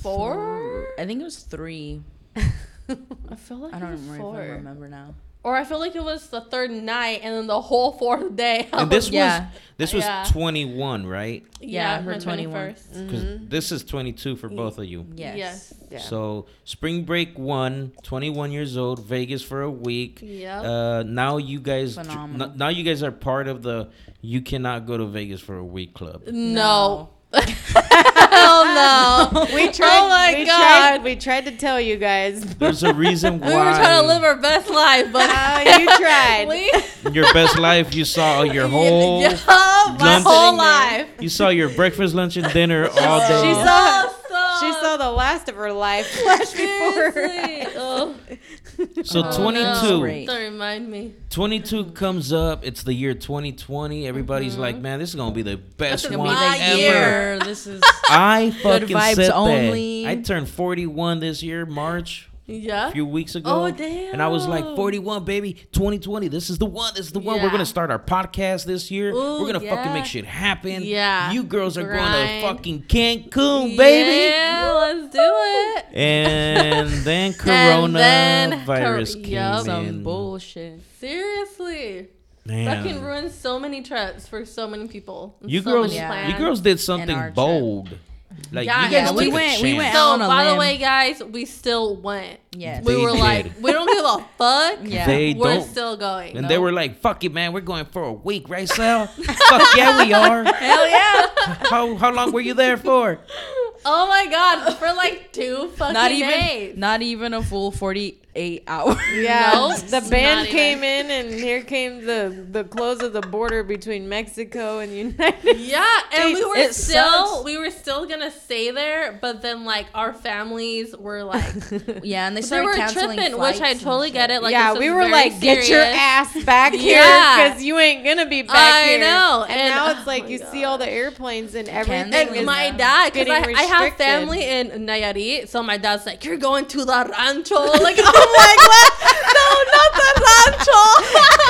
B: four.
D: I think it was three.
B: I feel like
D: I don't
B: it was
D: remember
B: four.
D: if I remember now.
B: Or I feel like it was the third night and then the whole fourth day. [laughs] I
A: And this
B: was-
D: Yeah.
A: was this was
B: Oh, Yeah.
A: 21, right?
D: yeah, her
B: my
D: 21.
B: 21st.
A: Because this is 22 for both of you.
D: Yes.
B: Yes.
C: Yeah.
A: So spring break one, 21 years old, Vegas for a week.
B: Yep.
A: Uh, now you guys,
D: Phenomenal.
A: n- now you guys are part of the you cannot go to Vegas for a week club.
B: no. Hell
C: [laughs]
B: no.
C: we tried.
B: Oh my
C: we
B: God.
C: Tried, we tried to tell you
B: [laughs]
C: guys.
A: There's a reason why
B: We were trying to live our best
C: [laughs]
B: life, but
C: Uh, you tried.
B: we
A: your best life. You saw your whole,
B: [laughs] Yeah, my
A: lunch-
B: whole life.
A: you saw your breakfast, lunch, and dinner all day.
C: She
A: long.
C: saw-
B: Awesome.
C: She saw the last of her life [laughs] flash before her.
B: Um, Seriously. Oh,
A: so
D: Oh, no.
A: 22,
D: Great.
B: don't remind me.
A: 22 comes up. It's the year 2020. Everybody's like, man, this is gonna be the best
B: Mm-hmm. gonna be
A: one
B: my
A: ever.
D: Year. This [laughs] is
A: I fucking
D: vibes
A: said that.
D: only.
A: I turned 41 this year, March, a
B: Yeah.
A: few weeks ago.
B: Oh, damn.
A: And I was like, 41, baby, 2020. This is the one. This is the one. We're
B: Yeah.
A: gonna start our podcast this year.
B: Ooh,
A: We're gonna fucking
B: yeah.
A: make shit happen.
B: Yeah.
A: You girls are
B: Grind.
A: going to fucking Cancun, baby.
B: Yeah, let's do it. [laughs]
A: And then
B: And then
A: coronavirus
B: cor-
A: came
B: yup.
D: some
A: in.
D: bullshit.
B: Seriously. That can
A: Man.
B: ruin so many trips for so many people. and
A: You
B: so
A: girls,
B: many
D: Yeah.
A: you
B: plans.
A: girls did
D: our
A: something
D: trip.
A: bold. Like
B: Yeah,
A: you
B: yeah,
A: guys
B: we
A: took a
D: went- we
A: chance.
D: went
B: So
D: out on a
B: by the
D: limb.
B: way, guys, we still went.
D: Yes.
B: We
A: They
B: were
A: did.
B: like, we don't give
D: [laughs]
B: a fuck.
D: Yeah.
A: They
B: we're
A: don't.
B: still going.
A: And they were like, "Fuck it, man. We're going for a week, right, Sal? [laughs] Fuck yeah, we are.
D: Hell yeah.
A: How how long were you there for?
B: oh my god, for
D: [laughs]
B: like two fucking
D: not even
B: days.
D: not even a full 48 hours. [laughs]
C: Yeah,
B: No,
C: the
B: not
C: band
B: even.
C: came in, and here came the the close of the border between Mexico and United.
B: Yeah, and we were
D: it
B: still
D: sucks.
B: we were still gonna stay there, but then like our families
D: [laughs]
B: were like
C: [laughs]
D: Yeah, and they
B: they
D: started
B: were
D: canceling
B: tripping,
D: flights
B: which I
D: and
B: totally
D: shit.
B: get it. Like
C: yeah,
B: this
C: we
B: is
C: were
B: very
C: like, get your
B: serious.
C: ass back here
B: Yeah.
C: because you ain't gonna be back
B: I
C: here.
B: know,
C: And,
B: and-
C: now
B: oh
C: it's like
B: my
C: you see all the airplanes and everything.
D: Canceling
B: And
C: is
B: my dad, because
C: getting
B: I, I have
C: restricted.
B: family in Nayarit, so my dad's like, "You're going to the rancho." [laughs] Like, I'm like, "What? No, not the rancho."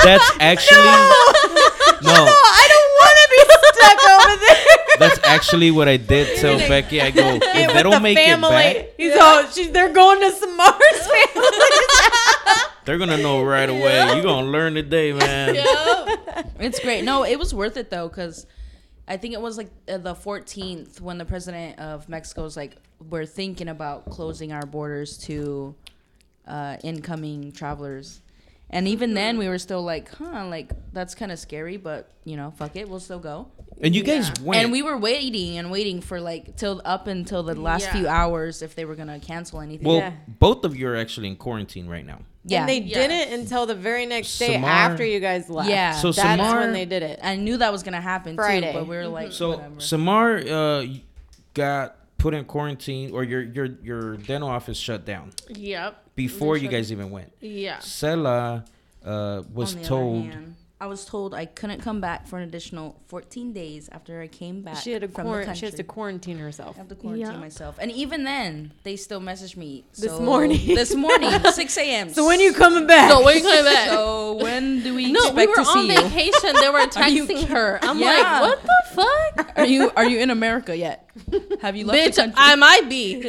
A: That's actually [laughs] no.
B: I don't want to be stuck over there.
A: [laughs] That's actually what I did tell Becky. I go,
C: Get
A: if they
C: with
A: don't
C: the
A: make
C: family.
A: it back,
C: He's all, she's, they're going to Samar's
B: [laughs]
C: family.
A: they're gonna know right away. You're gonna learn today, man.
D: It's great. No, it was worth it though, because I think it was like uh, the 14th when the president of Mexico was like, we're thinking about closing our borders to uh, incoming travelers. And
B: Hmm.
D: even then, we were still like, huh, like that's kind of scary, but you know, fuck it, we'll still go.
A: And you guys went.
D: And we were waiting and waiting for like till up until the last
B: Yeah.
D: few hours if they were gonna cancel anything.
A: well,
C: Yeah.
A: both of you are actually in quarantine right now.
D: yeah,
C: And they
B: Yeah.
C: didn't until the very next day
A: Samar-
C: after you guys left.
D: yeah.
A: So
D: So
C: That's
A: Samar,
C: when they did it.
D: I knew that was gonna happen
C: Friday.
D: too, but we were like,
A: So
D: whatever.
A: Samar uh, got put in quarantine, or your your your dental office shut down
B: Yep.
A: before you guys even went.
B: Yeah.
A: Sela uh, was
D: On the other
A: told
D: hand, I was told I couldn't come back for an additional 14 days after I came back.
C: She had a
D: from the
C: quarant-
D: country.
C: She has to quarantine herself.
D: I have to quarantine
B: Yeah.
D: myself, and even then, they still messaged me
C: This
D: so-
C: morning.
D: [laughs] This morning, 6 a.m.
C: So when you coming back?
B: So when you coming back?
D: So [laughs] when do we
B: [laughs] no, we
D: expect
B: were
D: to see
B: on
D: you?
B: vacation.
D: [laughs]
B: They were
D: you
B: texting her. I'm
D: Yeah.
B: like, what the fuck?
D: [laughs] Are you are you in America yet? Have you left the
B: Bitch,
D: country?
B: I might
C: [laughs]
B: be.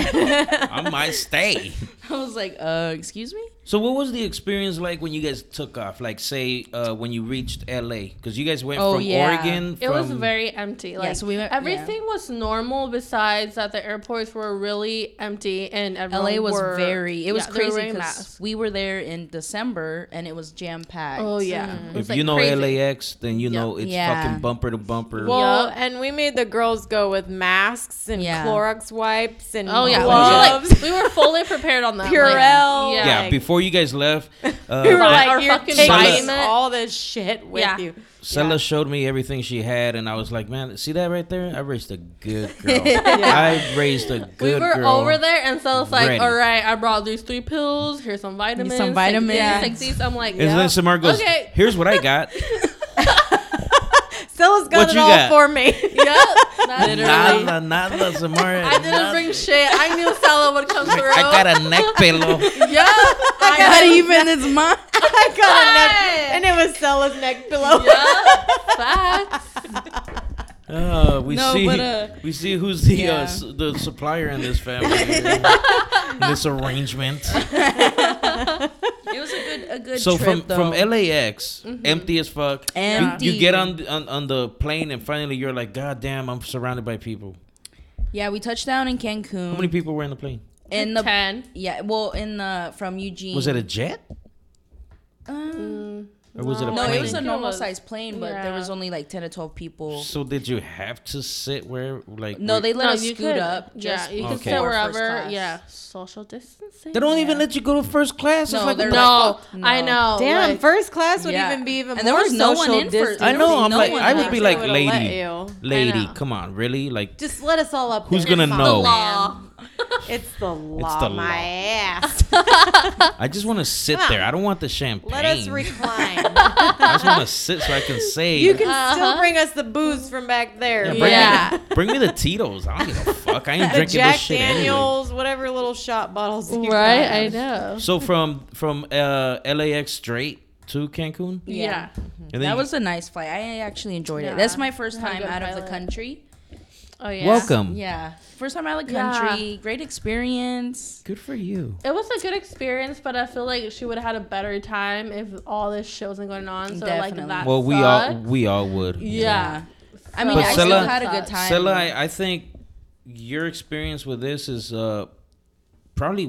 A: I might stay.
D: [laughs] I was like, uh, excuse me.
A: So what was the experience like when you guys took off? Like say uh, when you reached LA, because you guys went
D: Oh,
A: from
D: yeah.
A: Oregon. From,
B: It was very empty. Like
D: so we went-
B: everything was normal besides that the airports were really empty and everyone
D: LA was
B: were-
D: very. It was
B: yeah, they were
D: crazy
B: wearing
D: because
B: masks.
D: we were there in December and it was jam packed.
B: Oh yeah.
D: Mm.
B: It was,
A: If
B: like,
A: you know
B: crazy.
A: LAX, then you know it's
D: Yeah.
A: fucking bumper to bumper.
C: Well,
B: Yup.
C: and we made the girls go with masks and
D: Yeah.
C: Clorox wipes and
B: Oh yeah,
C: gloves.
B: we were, like, we were fully prepared on that.
C: Purell.
B: Like, yeah.
A: yeah,
C: like-
A: before you guys left, uh,
C: [laughs] we
A: I-
C: were
B: like,
C: like,
B: our
C: you're
B: fucking
C: taking
A: vitamin-
C: all this shit with
B: Yeah.
C: you.
A: Sela showed me everything she had, and I was like, "Man, see that right there? I raised a good girl. I raised a
B: We
A: good
B: were
A: girl."
B: over there, and so it's like,
A: Ready.
B: all right, I brought these three pills. Here's some vitamins. take
D: vitamins.
B: these,
D: Yeah.
B: Take these. I'm like,
A: And then Samar goes,
B: Okay.
A: "Here's what I got."
C: Stella's got
A: What
C: it
A: you
C: all
A: got?
C: for me. [laughs]
B: yep.
A: [laughs]
B: Literally.
A: nada, nada, Samar.
B: I didn't bring shit. I knew Stella would come through.
A: I got a neck pillow.
B: [laughs] Yeah. I
D: Not even it's mine.
C: I
B: [laughs]
C: got
B: Hey.
C: a
D: [laughs]
C: neck, and it was Stella's neck pillow.
B: Yeah. Facts.
A: Uh, we
D: No,
A: see,
D: but, uh,
A: we see who's the uh,
D: yeah.
A: s- the supplier in this family, in this arrangement.
D: It was a good a good
A: So
D: trip
A: from
D: though.
A: from LAX, empty as fuck. you-
D: Empty.
A: You, get on, on on the plane, and finally you're like, "God damn, I'm surrounded by people."
D: [laughs] Yeah, we touched down in Cancun.
A: How many people were in the plane?
D: in the
B: ten.
D: yeah, well, in the from Eugene.
A: Was it a jet?
D: Uh,
A: Or was it a
D: no,
A: plane?
D: it was a
B: Plane.
D: normal sized plane, but there
B: Mm. Yeah.
D: was only like ten to twelve people.
A: So did you have to sit where like
D: No,
A: where-
D: they let
B: No,
D: us
B: you
D: scoot
B: could-
D: up.
B: Yeah,
D: Just
B: you can
A: Okay.
B: sit
D: for first
B: wherever.
D: class.
B: Yeah. Social distancing.
A: they don't even let you go to first class.
D: No,
A: it's like
D: they're
A: what the
B: No,
A: fuck?
B: I
D: No.
B: know.
C: Damn,
B: like-
C: first class would
D: Yeah.
C: even be even
D: And there
C: more
D: was no one
C: social
D: in first-
C: distancing.
A: I know. I'm
D: No
A: like
D: one
A: I would
D: asked
A: be
D: if
A: like
C: they would've let
A: lady,
C: you.
A: lady,
B: know.
A: come on, really? Like
C: Just let us all up.
A: who's
C: there.
A: gonna
C: It's
A: know?
C: The law.
B: Law.
C: It's the law.
A: the
C: my
A: law.
C: ass.
A: I just want to sit
C: Come on.
A: there. I don't want the champagne.
C: Let us recline.
A: I just want to sit so I can save.
C: [laughs] you can still
B: Uh-huh.
C: bring us the booze from back there.
A: Yeah, bring,
B: Yeah.
A: Me, bring me the Tito's. I don't give a fuck. I
C: [laughs]
A: ain't
C: the
A: drinking
C: Jack
A: this shit anyway.
C: Daniels, whatever little shot bottles.
B: [laughs]
C: You
B: Right,
C: got.
B: I know.
A: So from from uh, LAX straight to Cancun,
D: Yeah.
B: Yeah.
A: and then
D: That
A: you-
D: was a nice flight. I actually enjoyed
B: Yeah.
D: it. That's my first
B: Had a
D: time
B: good
D: out of the
B: pilot.
D: country.
B: Oh yeah.
A: welcome.
D: Yeah, first time out of the
B: Yeah.
D: country. Great experience.
A: Good for you.
B: It was a good experience, but I feel like she would have had a better time if all this shit wasn't going on. So
D: Definitely.
B: like that.
A: Well, we
B: sucked.
A: all we all would.
B: Yeah.
D: I mean,
A: But
D: I
A: Scylla-
D: still had a good time.
A: Sela, I, I think your experience with this is uh, probably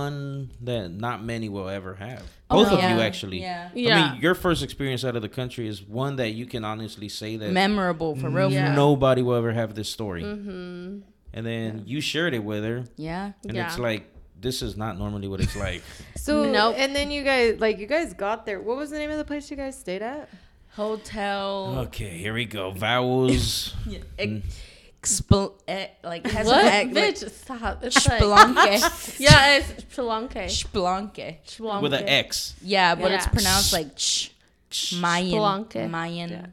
A: one that not many will ever have. Both of you,
D: Oh, yeah.
A: actually.
D: Yeah.
A: I
B: Yeah.
A: mean, your first experience out of the country is one that you can honestly say that
D: Memorable for real.
E: Yeah.
A: nobody will ever have this story.
B: Mm-hmm.
A: And then you shared it with her,
D: Yeah.
A: and
B: Yeah.
A: it's like, this is not normally what it's
D: [laughs]
A: like.
C: So
B: Nope.
C: and then you guys like you guys got there. What was the name of the place you guys stayed at?
D: Hotel.
A: okay, here we go.
D: [laughs]
A: Vowels. mm.
D: Ex- expl- eh, like has
B: What?
D: an ec- like,
B: Bitch, stop. It's like,
D: Spelunke.
B: yeah, it's Spelunke.
D: Spelunke.
B: Spelunke.
A: with an X.
D: Yeah, but it's
B: Yeah.
D: pronounced like ch. Mayan.
B: Spelunke.
D: Mayan.
C: Yeah.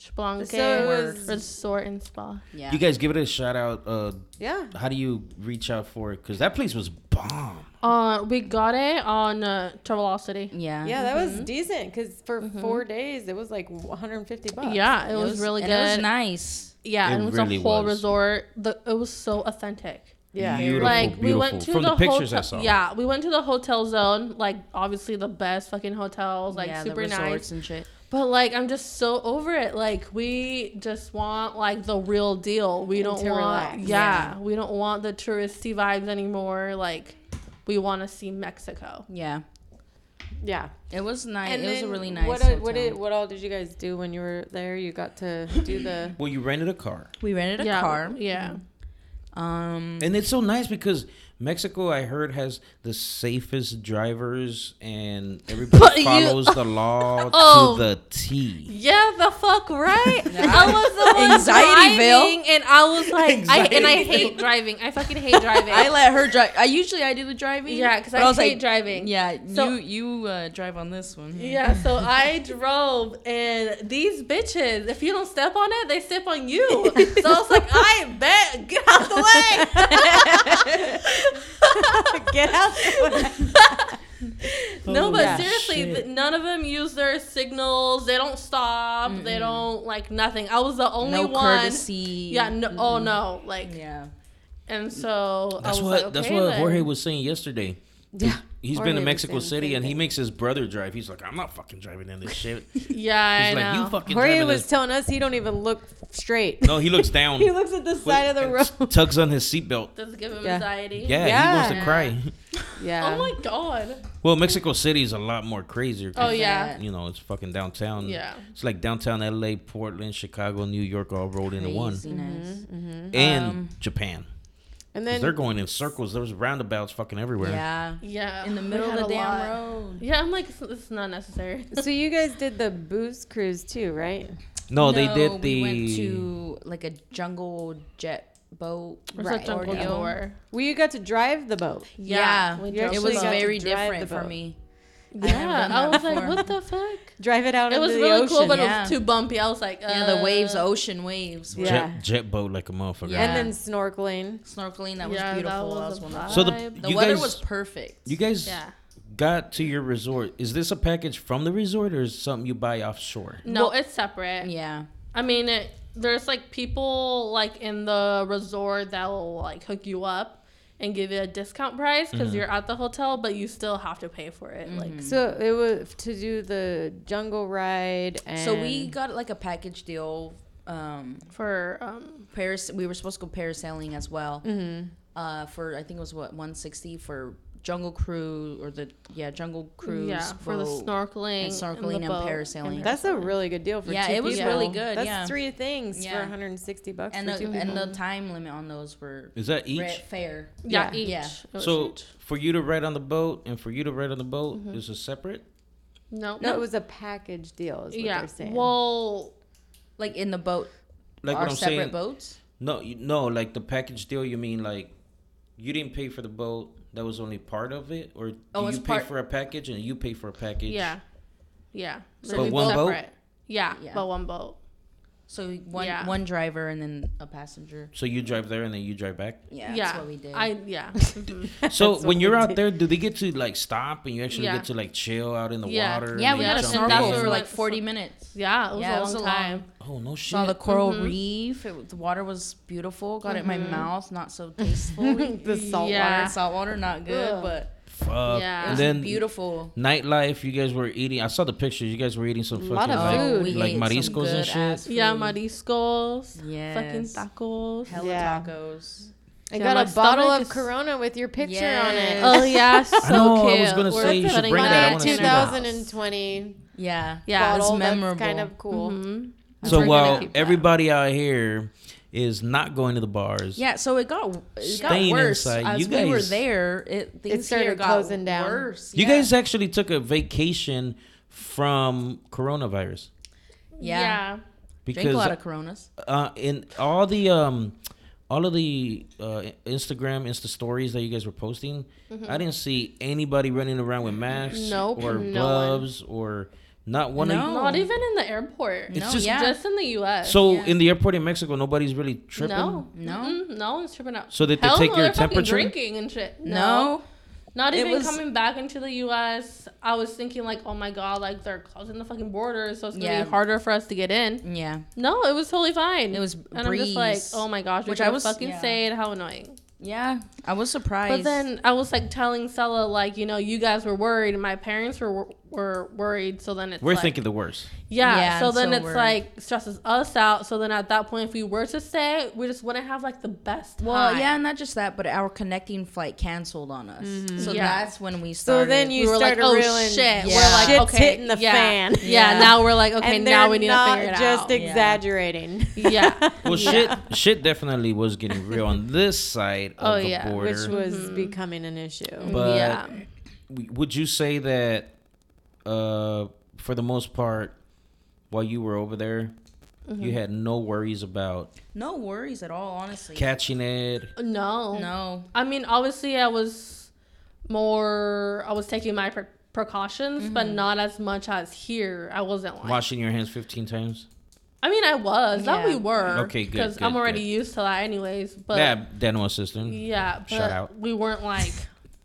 B: Spelunke
C: So it
D: was-
B: Resort and Spa.
D: Yeah.
A: You guys give it a shout out. Uh,
C: Yeah.
A: how do you reach out for it? Because that place was bomb.
B: Uh, we got it on uh, Travelocity.
D: yeah.
C: Yeah, that was decent because for four days it was like 150 bucks.
B: Yeah, it, was, really good.
D: and It was nice.
B: Yeah,
A: It
B: and it was
A: really
B: a whole
A: was.
B: resort. The, it was so authentic.
C: Yeah.
A: Beautiful,
B: like we
A: beautiful.
B: went to
A: From the pictures
B: hotel,
A: I saw.
B: Yeah, we went to the hotel zone. Like obviously the best fucking hotels. Like
D: yeah,
B: super
D: the
B: nice.
D: resorts and shit.
B: But like I'm just so over it. Like we just want like the real deal. We don't
C: to
B: want
C: relax.
B: yeah, we don't want the touristy vibes anymore. Like we want to see Mexico.
D: Yeah.
C: Yeah.
D: It was nice.
C: And
D: it was a
C: then
D: really nice.
C: What,
D: hotel.
C: what, did, what all did you guys do when you were there? You got to do [laughs] the.
A: Well, you rented a car.
D: we rented a
B: yeah,
D: car. Mm-hmm.
B: Yeah.
D: Um,
A: And it's so nice because Mexico, I heard, has the safest drivers, and
B: But
A: everybody
B: you-
A: follows
C: [laughs]
A: the law
B: Oh.
A: to the T.
B: Yeah, the
D: [laughs]
B: fuck right. I was the one
D: Anxiety veil.
B: driving, and I was like, I, and I
A: Anxiety
B: hate driving. I fucking hate
D: [laughs]
B: driving.
D: I let her drive. I usually I do the driving.
B: yeah, because
D: but
B: I,
D: was
B: hate
D: like,
B: driving.
D: Yeah,
B: So-
D: you you uh, drive on this one.
B: Yeah, so I drove, and these bitches, if you don't step on it, they step on you. So I
D: [laughs]
B: was like, I bet, get out
A: [laughs]
B: the way.
C: Get out.
B: no, but
C: Yeah.
B: seriously, th- none of them use their signals. They don't stop. They don't, like, nothing. I was the only
D: no
B: one.
D: courtesy.
B: Yeah, no, oh no. Like,
D: Yeah.
B: and so
A: That's
B: I was
A: what
B: like, okay,
A: that's what
B: then.
A: Jorge was saying yesterday.
C: Yeah.
A: He's
C: Jorge
A: been to
C: was
A: Mexico
C: saying the
A: City
C: same
A: and he
C: thing.
A: makes his brother drive. He's like, I'm not fucking driving in this
C: [laughs]
A: shit. He's
B: [laughs] Yeah, I
A: like,
B: know.
A: you fucking
C: Jorge
A: driving
C: was
A: this.
C: telling us he don't even look straight.
A: no, he looks down.
C: [laughs] he looks at the side of the
A: with- [laughs]
C: road.
A: Tugs on his seatbelt.
B: Does it give him
C: Yeah.
B: anxiety?
A: Yeah, he wants to
C: Yeah.
A: cry. [laughs]
C: Yeah.
B: Oh my god.
A: Well, Mexico City is a lot more crazier. 'cause,
B: Oh yeah.
A: You know, it's fucking downtown.
B: Yeah.
A: It's like downtown LA, Portland, Chicago, New York all rolled into one.
D: Crazy nice.
B: Mm-hmm.
A: And
D: Um,
A: Japan.
C: and
A: 'Cause
C: then
A: they're going in circles. Mm-hmm. There was roundabouts fucking everywhere.
D: Yeah.
B: Yeah.
D: In the
B: we
D: middle of
B: had
D: the
B: a
D: damn
B: lot.
D: road.
B: Yeah, I'm like, it's, it's not necessary.
C: so you guys did the booze cruise too, right?
A: No, they did the
D: We went to like a jungle jet boat
B: Or
D: ride.
B: such a jungle tour.
C: Well, you got to drive the boat.
D: Yeah,
B: Yeah, we
D: it
C: actually
D: was
C: got to
D: very
C: drive the
D: different for
C: boat.
D: me. I never
B: Yeah,
D: done
B: I,
D: that
B: was like,
D: before.
B: what the fuck?
C: Drive it out
B: It
C: into
B: was
C: the
B: really
C: ocean.
B: cool, but it
D: yeah.
B: was too bumpy. I was like, uh,
D: yeah, the waves, ocean waves. were
A: jet,
C: Yeah.
A: jet boat like a motherfucker.
D: Yeah.
C: And then snorkeling.
D: Snorkeling, that
B: Yeah, that
D: was beautiful. That
B: was
D: was,
B: a
D: wonderful.
A: So the
B: vibe.
D: The
A: you
D: weather
A: guys,
D: was perfect.
A: you guys
B: Yeah.
A: got to your resort. Is this a package from the resort or is something you buy offshore?
B: No, it's separate.
D: yeah.
B: I mean, it, there's like people like in the resort that will like hook you up and give you a discount price
D: Mm-hmm.
B: because you're at the hotel, but you still have to pay for it. Like,
A: Mm.
C: So it was to do the jungle ride and
D: So we got like a package deal. Um,
B: for um,
D: Paris, we were supposed to go parasailing as well. Mm-hmm. Uh, for I think it was what 160 for Jungle Cruise or the yeah Jungle Cruise.
B: yeah, for the
D: boat.
B: snorkeling,
D: and snorkeling and
B: boat.
D: parasailing.
C: That's a really good deal for
D: Yeah,
C: two
D: it was
C: people.
D: really good,
C: That's
D: yeah.
C: three things for
D: Yeah.
C: 160 bucks
D: and
C: for
D: the,
C: two
D: and
C: people.
D: the time limit on those were
A: Is that each?
D: re- fair.
B: Yeah,
C: Yeah.
B: each.
D: Yeah.
B: It was
A: So
B: each.
A: for you to ride on the boat and for you to ride on the boat
D: Mm-hmm.
A: is a separate.
B: no,
C: no, it was a package deal. Is what
B: yeah.
C: they're saying.
B: Well,
D: Like in the boat,
A: Like
D: our
A: what I'm
D: separate
A: saying.
D: boats.
A: No, you, no, like the package deal. You mean like you didn't pay for the boat? That was only part of it, or do
D: Oh,
A: you
D: it's
A: pay
D: part-
A: for a package and you pay for a package?
B: yeah, yeah.
A: So
B: They're
A: one boat?
B: Yeah,
D: Yeah.
B: but one boat.
D: So one
B: Yeah.
D: one driver and then a passenger.
A: So you drive there and then you drive back.
D: Yeah,
B: yeah,
D: that's what we did.
B: I yeah. Mhm.
A: So
C: That's
A: when
C: what
A: you're
C: we
A: out
C: did.
A: there, do they get to like stop and you actually
B: Yeah.
A: get to like chill out in the
B: Yeah.
A: water?
D: yeah,
A: and
D: we
A: you
D: got
B: gotta
D: to
A: jump
B: and
D: snorkel
B: that's
A: in?
D: for
B: where-
D: like 40 minutes.
B: [laughs] yeah, it was
D: Yeah,
B: a
D: it
B: long
D: was a long-
B: time.
A: Oh no shit!
D: Saw the coral reef. It, the water was beautiful. Got it in my mouth, not so tasteful.
C: [laughs] the salt
D: yeah.
B: Yeah.
D: Salt water, not good,
B: Ugh.
D: but
A: fuck.
B: Yeah.
A: And
B: It's
A: then
D: beautiful.
A: nightlife, you guys were eating. I saw the pictures. You guys were eating some fucking
C: Lot of
A: like,
C: food.
D: we
A: like
D: ate some
A: mariscos and shit.
D: good-ass
B: Yeah,
D: food.
B: mariscos. Fucking
D: Yes.
B: tacos.
D: Hella
C: Yeah.
D: tacos.
C: I
B: Yeah, my
C: got a bottle
B: stomach
C: of
B: is-
C: Corona with your picture
D: Yes.
C: on it.
B: Oh yeah, so
A: [laughs] I know.
B: cute.
A: I was gonna
B: We're
A: say you should
B: putting
A: bring
B: it
A: that. I
B: in
A: want to
C: Money
A: see that.
C: 2020
D: Yeah.
B: Yeah,
D: it's
C: bottle.
D: memorable.
C: That's kind of cool.
B: Mhm.
A: Mm-hmm. So
B: We're gonna
A: while
B: keep that.
A: everybody out here is not going to the bars,
D: Yeah, so it got it
A: Staying
D: got worse
A: inside,
D: as
A: you
D: we were
A: guys-
D: there. It things
C: started
D: here got
C: closing down.
D: Worse.
A: you
D: yeah.
A: guys actually took a vacation from coronavirus
D: yeah.
B: yeah.
A: because
D: Drink a lot of Coronas.
A: uh, in all the um, all of the uh, Instagram Insta stories that you guys were posting, I didn't see anybody running around with masks
B: Mm-hmm. Nope,
A: or
B: no
A: gloves or not one. Of,
D: No.
B: Not even in the airport.
A: It's
D: no,
A: just-
D: yeah.
B: Just in the U.S.
A: so
D: Yeah.
A: in the airport in Mexico, nobody's really tripping.
B: no,
D: No.
B: Mm-mm, no one's tripping out.
A: So did they
B: Hell
A: take
B: no,
A: your
B: they're fucking
A: temperature?
B: Drinking and shit.
D: no.
B: Not
D: It
B: even
D: was-
B: coming back into the U.S. I was thinking like, oh my god, like they're closing the fucking borders, so it's gonna
D: Yeah.
B: be harder for us to get in.
D: Yeah.
B: No, it was totally fine.
D: It was
B: and I'm just like,
D: breeze.
B: oh my gosh,
D: Which
B: which
D: I
B: I
D: was-
B: was fucking
D: yeah.
B: saying, how annoying.
D: Yeah. I was surprised.
B: But then I was like telling Stella, like you know, you guys were worried, and my parents were were worried. So then it's
A: We're
B: like-
A: thinking the
B: [laughs]
A: worst.
B: yeah.
D: Yeah,
B: so
D: and
B: then
D: so
B: it's
D: we're-
B: like stresses us out. So then at that point, if we were to stay, we just wouldn't have like the best.
D: well,
B: time.
D: yeah, not just that, but our connecting flight canceled on us. So
B: Yeah.
D: that's when we
C: So
D: started.
C: then you
B: We were like,
C: started
B: oh,
C: reeling
B: shit.
D: We're
C: yeah.
D: like,
C: shit's
B: okay,
C: hitting the
B: yeah.
C: fan.
B: Yeah,
D: Yeah.
B: now we're like, okay,
C: and
B: now
C: they're
B: we need to
C: not
B: figure it
C: just
B: out.
C: exaggerating.
B: [laughs]
C: [laughs]
B: yeah,
A: Well, shit, shit definitely was getting real on this side of
B: Oh,
A: the
B: yeah.
A: border.
C: which was
B: Mm-hmm.
C: becoming an issue.
A: But
B: yeah.
A: w- would you say that, uh, for the most part, while you were over there,
B: Mm-hmm.
A: you had no worries about
D: no worries at all, honestly.
A: catching it?
B: No,
D: no.
B: I mean, obviously, I was more. I was taking my pre- precautions, but not as much as here. I wasn't like.
A: Washing your hands 15 times?
B: I mean, I was. That we
D: Yeah.
B: were.
A: Okay, good,
B: Because
A: good,
B: I'm already
A: good.
B: used to that, anyways. But
A: That dental assistant.
B: yeah, but
A: Shout out.
B: we weren't [laughs] like,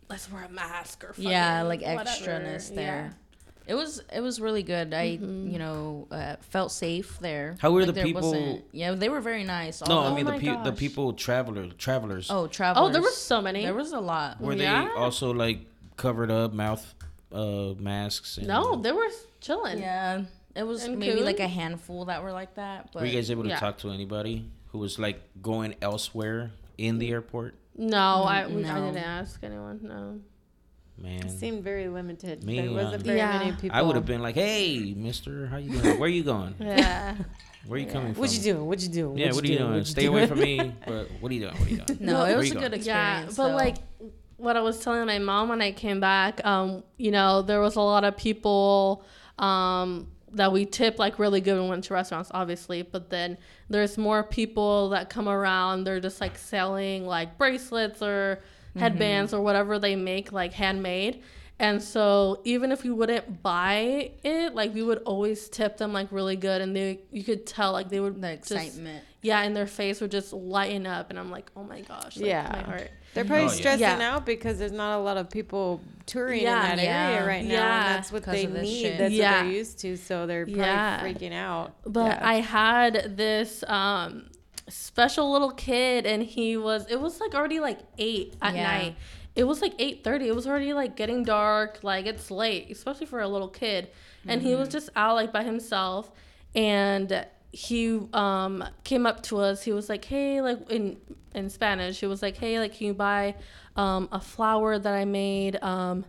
B: let's wear a mask or fucking
D: yeah like
B: whatever.
D: extraness
B: Yeah. Mm-hmm.
D: there it was it was really good i you know uh, felt safe there
A: How were
D: Like,
A: the
D: there
A: people-
D: wasn't- yeah they were very nice
A: No,
D: although-
A: I mean the
B: Oh my
A: pe- the
B: gosh.
A: people traveler travelers.
D: oh travelers
B: Oh, there were so many.
D: there was a lot
A: were
B: yeah.
A: they also like covered up mouth uh, masks? And
B: no, they were chilling.
D: yeah it was
B: And
D: maybe
B: Cancun?
D: like a handful that were like that but
A: were you guys able to
B: yeah.
A: talk to anybody who was like going elsewhere in
B: Mm.
A: the airport?
B: No, I we, I
D: Mm, no.
B: didn't ask anyone. No.
A: Man,
C: Seemed very limited.
A: Me,
C: there wasn't
A: um,
C: very
B: Yeah.
C: many people.
A: I would have been like, "Hey, Mister, how you doing? Where you going?
B: [laughs] Yeah.
A: Where you coming from?
C: What you doing? What you doing?
A: Yeah, what, are you doing? Stay away [laughs] from me. But what are you doing? What are you
D: [laughs]
A: doing?
D: no
A: Where
D: it
A: you
D: was a
A: going?
D: good experience
B: yeah, but
D: though.
B: like what I was telling my mom when I came back, um, you know, there was a lot of people um that we tip like really good when we went to restaurants, obviously. But then there's more people that come around. They're just like selling like bracelets or headbands
D: Mm-hmm.
B: or whatever they make like handmade. And so even if we wouldn't buy it, like we would always tip them like really good, and they you could tell like they would
D: the
B: just-
D: excitement
B: yeah, and their face would just lighten up, and I'm like, oh my gosh, like,
C: Yeah.
B: my heart.
C: They're probably
A: Oh, yeah.
C: stressing
B: Yeah.
C: out because there's not a lot of people touring
B: Yeah.
C: in that area
D: Yeah.
C: right now.
B: Yeah.
C: And that's what
D: 'Cause
C: they
D: of this
C: need.
D: shit.
C: That's what
B: Yeah.
C: they're used to. So they're probably
B: Yeah.
C: freaking out.
B: But I had this um special little kid and he was it was like already like 8 at
D: Yeah.
B: night. It was like 8:30. It was already like getting dark, like it's late, especially for a little kid. And he was just out like by himself and he um came up to us. He was like, "Hey, like in in Spanish, he was like, "Hey, like can you buy um a flower that I made um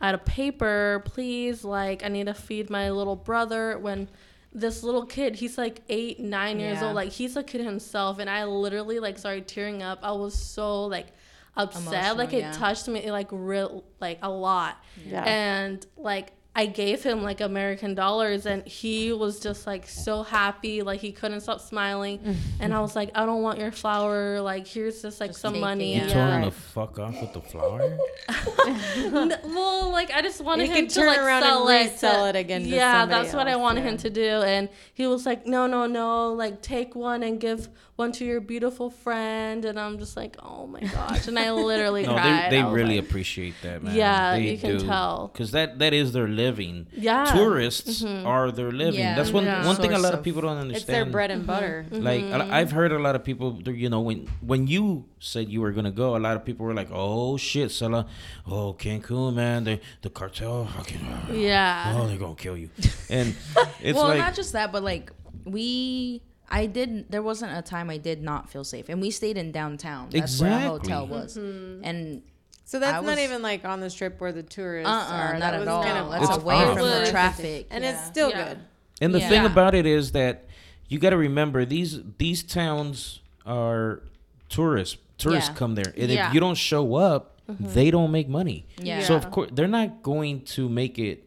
B: out of paper, please. Like, I need to feed my little brother. When this little kid, he's like eight, nine years
D: Yeah.
B: old, like he's a kid himself. And I literally like started tearing up. I was so like upset.
D: Emotional,
B: like it
D: yeah.
B: touched me like real like a lot.
C: Yeah.
B: And like I gave him like American dollars and he was just like so happy. Like he couldn't stop smiling.
C: [laughs]
B: and I was like, I don't want your flower. Like here's just like
D: Just
B: some
D: take
B: money.
D: it.
A: You
D: Yeah.
A: told him
C: Right.
A: to fuck off with the flower.
B: [laughs]
A: [laughs]
B: N- well, like I just wanted
C: You
B: him
C: could
B: to
C: turn
B: like
C: around and
B: sell it,
C: resell
B: to-
C: it again to
B: Yeah,
C: somebody
B: that's what I
C: else,
B: wanted
C: yeah.
B: him to do, and he was like, "No, no, no! Like take one and give one to your beautiful friend." And I'm just like, "Oh my gosh!" And I literally
D: [laughs]
A: no,
B: cried.
A: they, they
B: I was
A: really
B: like,
A: appreciate that, man.
B: Yeah,
A: They
B: you can
A: do.
B: tell.
A: because that that is their living.
B: Yeah.
A: Tourists are their living.
D: Yeah.
A: That's one
B: Yeah.
A: one thing a
D: Source
A: lot of
D: of-
A: people don't
C: It's their
A: understand.
C: bread and
D: Mm-hmm.
C: butter.
A: Like I- I've heard a lot of people, you know, when when you said you were gonna go, a lot of people were like, "Oh shit, Sela, oh Cancun, man, the the cartel, fucking,
B: Yeah.
A: oh they're gonna kill you," and it's
D: well,
A: like
D: not just that, but like we, I did. There wasn't a time I did not feel safe, and we stayed in downtown. That's where our
A: Exactly.
D: hotel was,
B: Mm-hmm.
D: and
C: So that's
D: I
C: not
D: was-
C: even like on the strip where the tourists
D: uh,
C: are.
D: uh not
C: That
D: at
C: was
D: all.
C: Kind of
D: That's
C: off.
D: away
A: off.
D: from the
B: Woods.
D: traffic,
C: and
D: yeah.
C: it's still
B: Yeah.
C: good.
A: And the
D: Yeah.
A: thing
B: Yeah.
A: about it is that you got to remember these these towns are tourists. Tourists
D: Yeah. Mm-hmm.
A: come there, and
B: Yeah.
A: if you don't show up, they don't make money.
D: Yeah.
A: So of
B: Yeah.
A: course they're not going to make it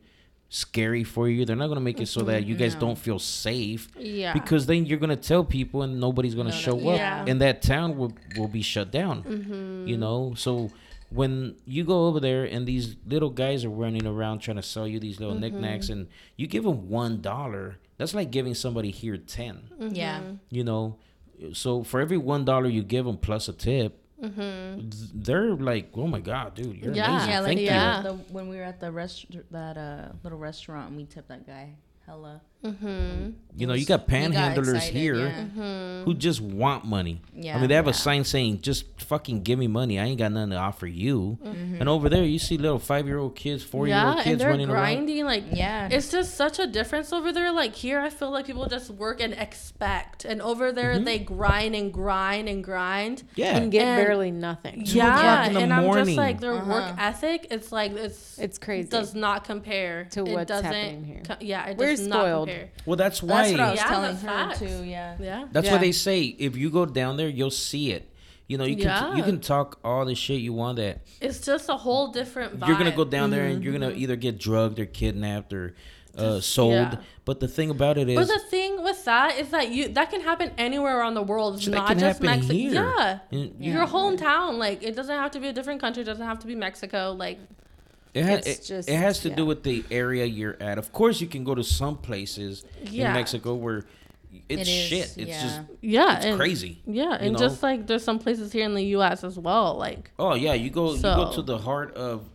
A: scary for you. They're not going to make it so that you guys don't feel safe.
B: Yeah.
A: Because then you're gonna tell people and nobody's gonna
D: No, no,
A: show up, Mm-hmm.
B: yeah.
A: and that town will will be shut down. You know, so when you go over there and these little guys are running around trying to sell you these little knickknacks, and you give them one dollar, that's like giving somebody here 10
D: yeah,
A: You know, so for every one dollar you give them plus a tip, th- they're like, "Oh my god, dude, you're
B: Yeah.
A: amazing!
D: yeah. Like
A: Thank
D: the,
A: you."
B: yeah.
D: the- when we were at the rest that uh little restaurant, and we tipped that guy hella.
A: You know, you got
D: He got
A: panhandlers
D: excited,
A: here.
D: yeah.
A: who
B: Mm-hmm.
A: just want money. I
D: Yeah.
A: mean, they have a
D: Yeah.
A: sign saying, just fucking give me money. I ain't got nothing to offer you. And over there, you see little five year old kids, four year old
B: Mm-hmm. Yeah, and
A: kids
B: they're
A: running around.
B: grinding like
D: Yeah.
B: It's just such a difference over there. Like here, I feel like people just work and expect, and over there
A: Mm-hmm.
B: they grind and grind and grind.
A: Yeah.
C: And get
B: And-
C: barely nothing.
B: yeah,
A: o'clock in the
B: and I'm
A: morning.
B: just like their
D: Uh-huh.
B: work ethic. It's like it's
C: It's crazy.
B: Does not compare
C: To
B: It
C: what's
B: doesn't
C: happening here.
B: co- yeah, it
C: We're
B: does
C: spoiled.
B: not compare.
A: well, that's why.
D: That's what I was
B: Yeah,
D: telling
B: the
D: her
B: facts.
D: too. Yeah.
B: Yeah,
A: That's
C: Yeah.
A: why they say if you go down there, you'll see it. You know, you can you
B: Yeah.
A: can talk all the shit you want that
B: it's just a whole different vibe.
A: you're gonna go down there and you're gonna either get drugged or kidnapped or uh, sold.
B: Mm-hmm. yeah.
A: But the thing about it
B: But
A: is
B: the thing with that is that you that can happen anywhere around the world. It's
A: Shit, that
B: not
A: can
B: just
A: happen
B: Mexico.
A: here.
B: Yeah.
A: And-
B: Your hometown. Like it doesn't have to be a different country, it doesn't have to be Mexico. Like
A: It, ha-
C: It's
A: it,
C: just-
A: it has to do
C: yeah.
A: with the area you're at. Of course, you can go to some places in
B: Yeah.
A: Mexico where it's
D: It is,
A: shit. It's just
D: yeah.
B: Yeah.
A: it's
B: and,
A: crazy.
B: Yeah. And
A: know?
B: just like there's some places here in the US as well. Like
A: Oh yeah, you go you go
B: So-
A: to the heart of,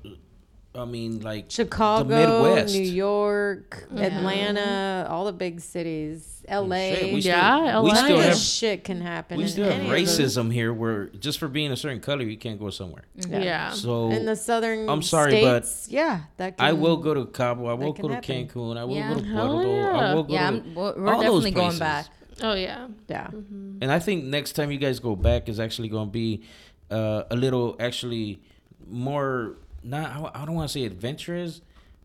A: I mean, like
C: Chicago,
A: Midwest.
C: New York,
D: Mm-hmm.
C: Atlanta, all the big cities, LA.
A: Oh, shit, we
B: Yeah,
A: still, we
B: LA.
A: still
C: None of
A: have
C: this shit can happen.
A: we
C: in
A: still have
C: any of those-
A: racism here where just for being a certain color you can't go somewhere.
B: yeah.
A: So
C: in the southern
A: I'm sorry, but
C: states, yeah, that can,
A: I will go to Cabo. I will
C: can
A: go to
C: happen.
A: Cancun. I will
D: Yeah.
A: go to
B: Hell
A: Puerto. I
B: yeah.
A: will go
D: Yeah,
A: to
D: I'm, we're we're
A: all those
D: definitely going
A: places.
D: back.
B: Oh yeah.
C: yeah.
D: Mm-hmm.
A: And I think next time you guys go back is actually going to be uh, a little actually more not I, I don't want to say adventurous,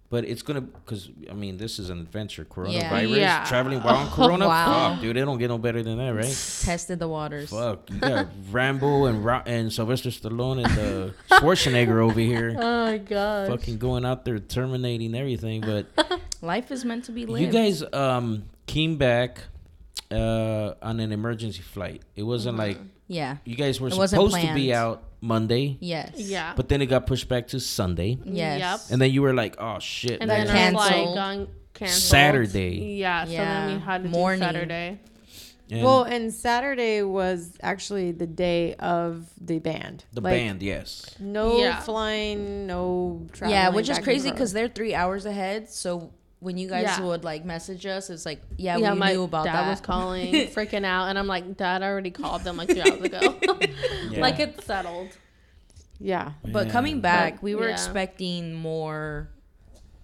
A: but it's gonna because I mean this is an adventure. Coronavirus,
B: Yeah.
A: traveling while on Corona,
D: Wow.
A: fuck, dude, it don't get no better than that, right?
D: Tested the waters.
A: fuck, you got Rambo and Ro- and Sylvester Stallone and uh, [laughs] Schwarzenegger over here,
B: Oh my god.
A: fucking going out there terminating everything,
B: [laughs]
A: but.
D: Life is meant to be lived.
A: You guys um came back uh on an emergency flight. It wasn't
B: Mm-hmm.
A: like
D: yeah.
A: you guys were
D: It wasn't
A: supposed to be
D: planned.
A: out Monday,
D: Yes.
B: Yeah.
A: but then it got pushed back to Sunday.
D: Yes.
A: And then you were like, "Oh shit."
B: and
A: man.
B: then our flight
D: Canceled.
B: gone canceled.
A: Saturday.
B: Yeah. So then
D: Yeah.
B: we had to
D: Morning.
B: do Saturday.
A: And
C: well, and Saturday was actually the day of the band.
A: the
C: Like,
A: band, yes.
C: No
B: Yeah.
C: flying, no traveling.
D: Yeah, which
C: back
D: is
C: and
D: crazy
C: forth.
D: because they're three hours ahead. So when you guys
B: Yeah.
D: would like message us, it's like, yeah,
B: yeah,
D: we
B: my
D: knew about
B: dad
D: that.
B: was
D: [laughs]
B: calling, freaking out, and I'm like, Dad, I already called them like two hours ago. [laughs] Like
A: Yeah.
B: it's settled.
C: yeah,
D: but
A: Yeah.
D: coming back, we were
B: yeah.
D: expecting more,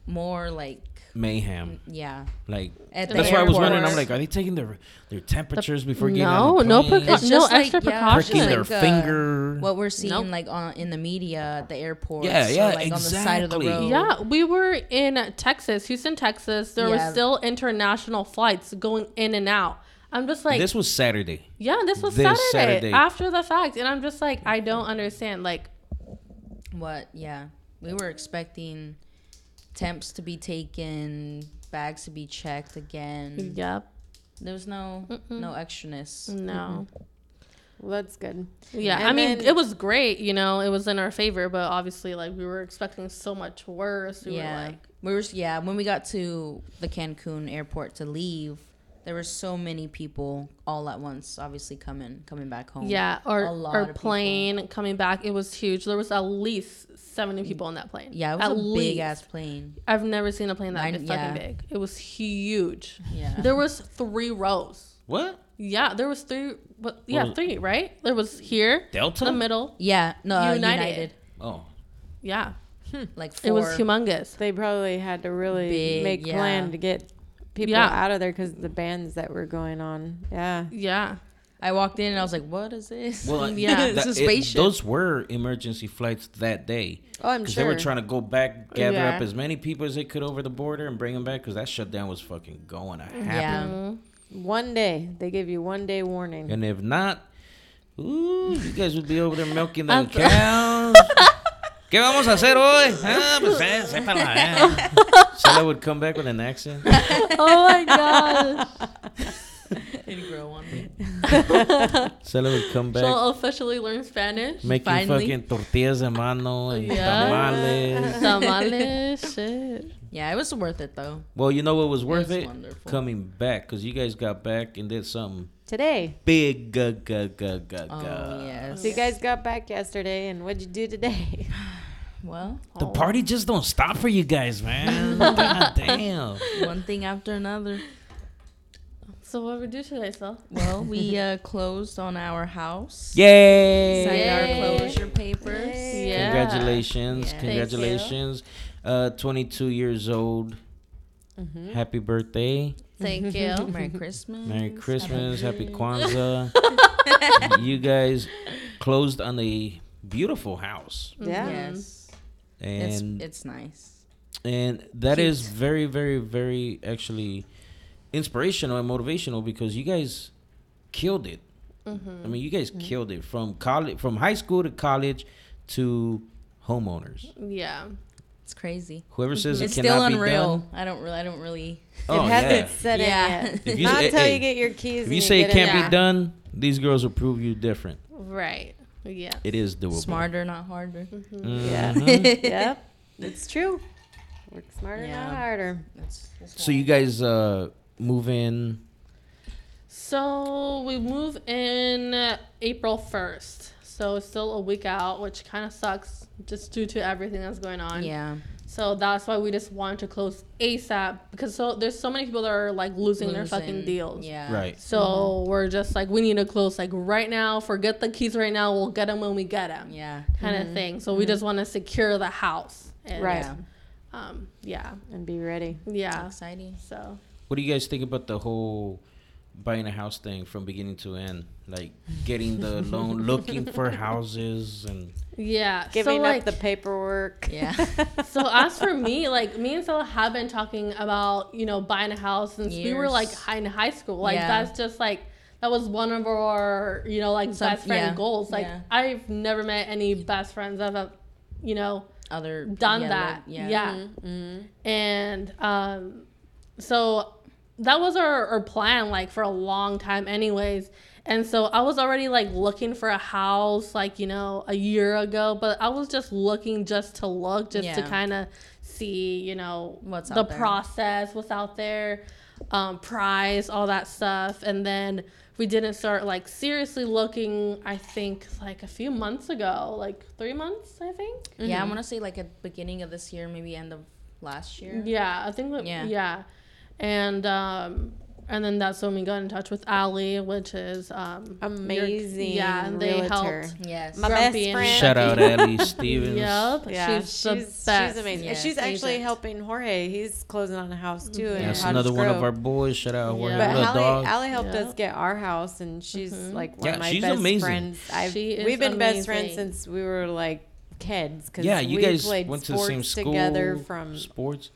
D: more like,
A: mayhem.
D: yeah.
A: Like
D: At the
A: that's why I was wondering. I'm
D: airport.
A: like, are they taking their their temperatures before getting
B: no,
A: on
B: no,
A: the
B: per-
A: plane?
B: it's
D: It's
B: no
D: just like,
B: extra
D: yeah,
B: precaution.
A: pricking their
D: like, uh,
A: finger.
D: What we're seeing
B: Nope.
D: like on in the media at the airport.
A: Yeah, yeah,
D: like on the side of the
A: exactly.
D: road.
B: Yeah, we were in Texas, Houston, Texas. There
D: Yeah.
B: were still international flights going in and out. I'm just like,
A: this was Saturday.
B: yeah, this was
A: this
B: Saturday,
A: Saturday.
B: after the fact, and I'm just like, I don't understand. Like,
D: What? Yeah, we were expecting temps to be taken, bags to be checked again.
B: yep,
D: There was no no extraness.
A: Mm-hmm.
D: Mm-hmm.
B: no,
C: well, that's good.
B: yeah.
C: And
B: I mean,
C: then-
B: it was great, you know, it was in our favor, but obviously, like, we were expecting so much worse. We
D: yeah,
B: were like,
D: we were. Yeah, when we got to the Cancun airport to leave, there were so many people all at once, obviously coming coming back home.
B: Yeah,
D: A
B: or
D: lot of
B: or
D: people.
B: plane coming back. It was huge. There was at least seventy people on that plane.
D: Mm. yeah, it was
B: at
D: a
B: least.
D: big ass plane.
B: I've never seen a plane that
D: Mine-
B: big,
D: yeah.
B: fucking big. It was huge.
D: Yeah,
B: There was three rows.
A: What?
B: Yeah, there was three. But yeah,
A: was it?
B: three. Right? There was here,
A: Delta?
B: the middle.
D: yeah, no, uh,
B: United.
D: United.
A: Oh.
B: Yeah,
D: like four.
B: it was humongous.
C: They probably had to really
D: Big,
C: make
D: yeah.
C: plan to get people
B: Yeah.
C: out of there because the bands that were going on. Yeah.
B: Yeah,
D: I walked in and I was like, "What is this?" [laughs]
A: Well,
B: Yeah.
A: that-
D: it's a
A: it-
D: spaceship.
A: those were emergency flights that day.
C: Oh, I'm
A: Because
C: sure.
A: they were trying to go back, gather
C: Yeah.
A: up as many people as they could over the border and bring them back because that shutdown was fucking going to happen.
D: yeah,
C: one day. They give you one day warning.
A: And if not, ooh, you guys would be over there milking the
B: I'm-
A: cows. ¿Qué vamos a hacer hoy? Ah, pues, eh, sépala, [laughs] eh. Stella would come back with an accent.
B: oh my gosh.
D: it grow on me.
A: Stella would come back
B: She'll officially learn Spanish. [laughs]
A: making
D: finally-
A: fucking tortillas de mano and
B: Yeah.
A: tamales.
B: Tamales, shit.
D: Yeah, it was worth it though.
A: Well, you know what was worth
D: That's
A: it?
D: wonderful.
A: Coming back because you guys got back and did something
C: Today.
A: big. Ga, ga, ga, ga,
D: Oh
A: ga.
D: yes.
C: So you guys got back yesterday, and what'd you do
B: [laughs]
C: today?
D: Well,
A: The party just don't stop for you guys, man. God damn.
D: one thing after another.
B: So what we do today, Sel?
D: Well, [laughs] we uh, closed on our house.
A: Yay!
D: Signed
B: Yay.
D: our closure [laughs] papers.
B: Yeah.
A: Congratulations.
D: Yeah.
A: Congratulations. Uh, 22 years old.
D: Mm-hmm.
A: Happy birthday.
B: Thank you.
D: [laughs] Merry Christmas.
A: Merry Christmas. Happy Kwanzaa.
D: [laughs]
A: you guys closed on a beautiful house.
C: Yeah.
D: Yes. It's
A: And
D: it's nice.
A: and that is
D: cute.
A: very very very actually inspirational and motivational because you guys killed it.
D: Mm-hmm.
A: I mean, you guys killed it from college from high school to college to homeowners.
B: Yeah.
D: It's crazy.
A: Whoever says
D: It's
A: it
D: still
A: cannot
D: unreal.
A: be done.
D: I don't really. I don't really.
A: Oh,
C: it hasn't
A: yeah.
C: set
D: Yeah.
C: in yet.
A: If you
C: Not
A: say-
C: until
A: hey,
C: you get your keys.
A: If
C: and
A: you say it
C: get in
A: can't
B: Yeah.
A: be done, these girls will prove you different.
B: Right. Yeah.
A: It is doable.
D: Smarter, not [laughs] harder.
A: [laughs]
C: Yeah. [laughs]
A: Mhm.
C: yep. It's true. Work smarter,
D: Yeah.
C: not harder.
D: That's, that's
A: So you guys uh, move in.
B: So we move in April 1st. So it's still a week out, which kind of sucks just due to everything that's going on.
D: Yeah.
B: So that's why we just wanted to close ASAP because so there's so many people that are like losing, their fucking
D: Losing-
B: deals.
D: Yeah. Mm-hmm.
A: Right.
B: So we're just like we need to close like right now. Forget the keys right now. We'll get them when we get them.
D: Yeah.
B: Kind of thing. So we
D: Mm-hmm.
B: just want to secure the house. And,
C: Right.
D: Yeah.
B: Um. Yeah.
C: And be ready.
B: Yeah.
D: Exciting.
B: So
A: What do you guys think about the whole buying a house thing from beginning to end? Like getting the loan, looking for houses, and
B: yeah.
C: Giving
B: so,
C: up
B: like,
C: the paperwork. [laughs]
D: Yeah.
B: so as for me, like me and Stella have been talking about you know buying a house since we were
D: Years.
B: like hi- in high school. Like
D: Yeah.
B: that's just like that was one of our you know like
D: Some-
B: best friend
D: yeah.
B: goals. Like
D: Yeah.
B: I've never met any best friends that have you know
D: Other
B: done
D: yeah,
B: that.
D: lo-
B: Yeah.
D: Yeah. Mm-hmm,
B: And um, so that was our, our plan like for a long time anyways. And so I was already like looking for a house like, you know, a year ago, but I was just looking just to look, just to
D: Yeah.
B: kind of see, you know,
D: What's
B: the
D: out there.
B: process, what's out there, um, price, all that stuff. And then we didn't start like seriously looking, I think, like a few months ago, like three months, I think.
D: Yeah.
C: Mm-hmm.
D: I'm gonna say like at the beginning of this year, maybe end of last year.
B: Yeah, I think that, yeah.
D: Yeah.
B: And um and then that's when we got in touch with Allie, which is um your-
C: Amazing.
B: yeah, and they
C: realtor.
B: helped.
D: Yes.
C: My
B: Grumpy
C: best
B: and-
C: friend.
A: shout
B: [laughs]
A: out Ellie Stevens.
B: Yep.
C: Yeah, she's,
B: she's, the
C: she's,
B: best.
C: amazing. And
D: Yeah,
C: she's
D: she's
C: actually
D: it.
C: helping Jorge. He's closing on a house too. in
A: That's
C: Cottage
A: another one of
C: Grove.
A: our boys. Shout out
B: Yeah.
A: yeah.
B: But
C: But
A: little
C: Allie,
A: dog.
C: Allie helped
B: Yeah. Mm-hmm.
C: us get our house, and she's like one
A: Yeah,
C: of my
A: she's
C: best
A: amazing.
C: friends. I've,
B: She is
C: we've been best friends
B: amazing.
C: since we were like kids. Cause
A: yeah, you
C: we
A: guys
C: played
A: went to the same
C: sports
A: school
C: together from
A: sports,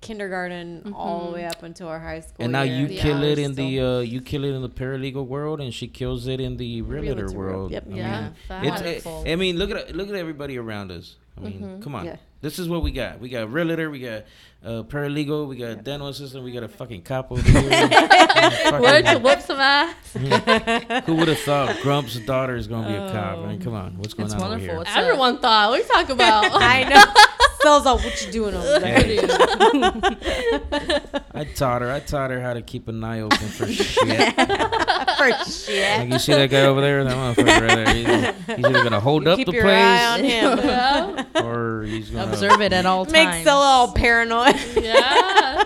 C: kindergarten all the way up until our high school.
A: and now
C: year.
A: you
B: Mm-hmm. Yeah.
A: kill
C: we're
A: it in the
C: still-
A: uh, you kill it in the paralegal world, and she kills it in the realtor,
C: Realtor world.
A: world.
C: Yep.
A: I
B: Yeah,
A: mean,
B: facts.
A: It's, I- I mean, look at look at everybody around us. I mean, come on.
C: Yeah.
A: This is what we got. We got realtor, we got uh, paralegal, we got dental assistant, we got a fucking cop over here. Fucking-
B: Word
C: [laughs]
B: to whip some ass.
A: who would have thought Grump's daughter is gonna be a cop? Man, come on, what's going
D: It's
A: on over
D: wonderful.
A: here?
D: It's-
B: Everyone thought. What are you talking about?
C: [laughs] I know. Fell's all, what you doing over there?
A: [laughs] I taught her. I taught her how to keep an eye open for shit.
C: [laughs] For shit.
A: Like you see that guy over there, that motherfucker right there. He's, he's either gonna hold up
C: Keep
A: the
C: your eye on
A: place,
C: him.
B: [laughs] yeah.
A: or he's gonna
D: Observe it at all
C: Make
D: times.
C: Scylla all paranoid.
B: yeah.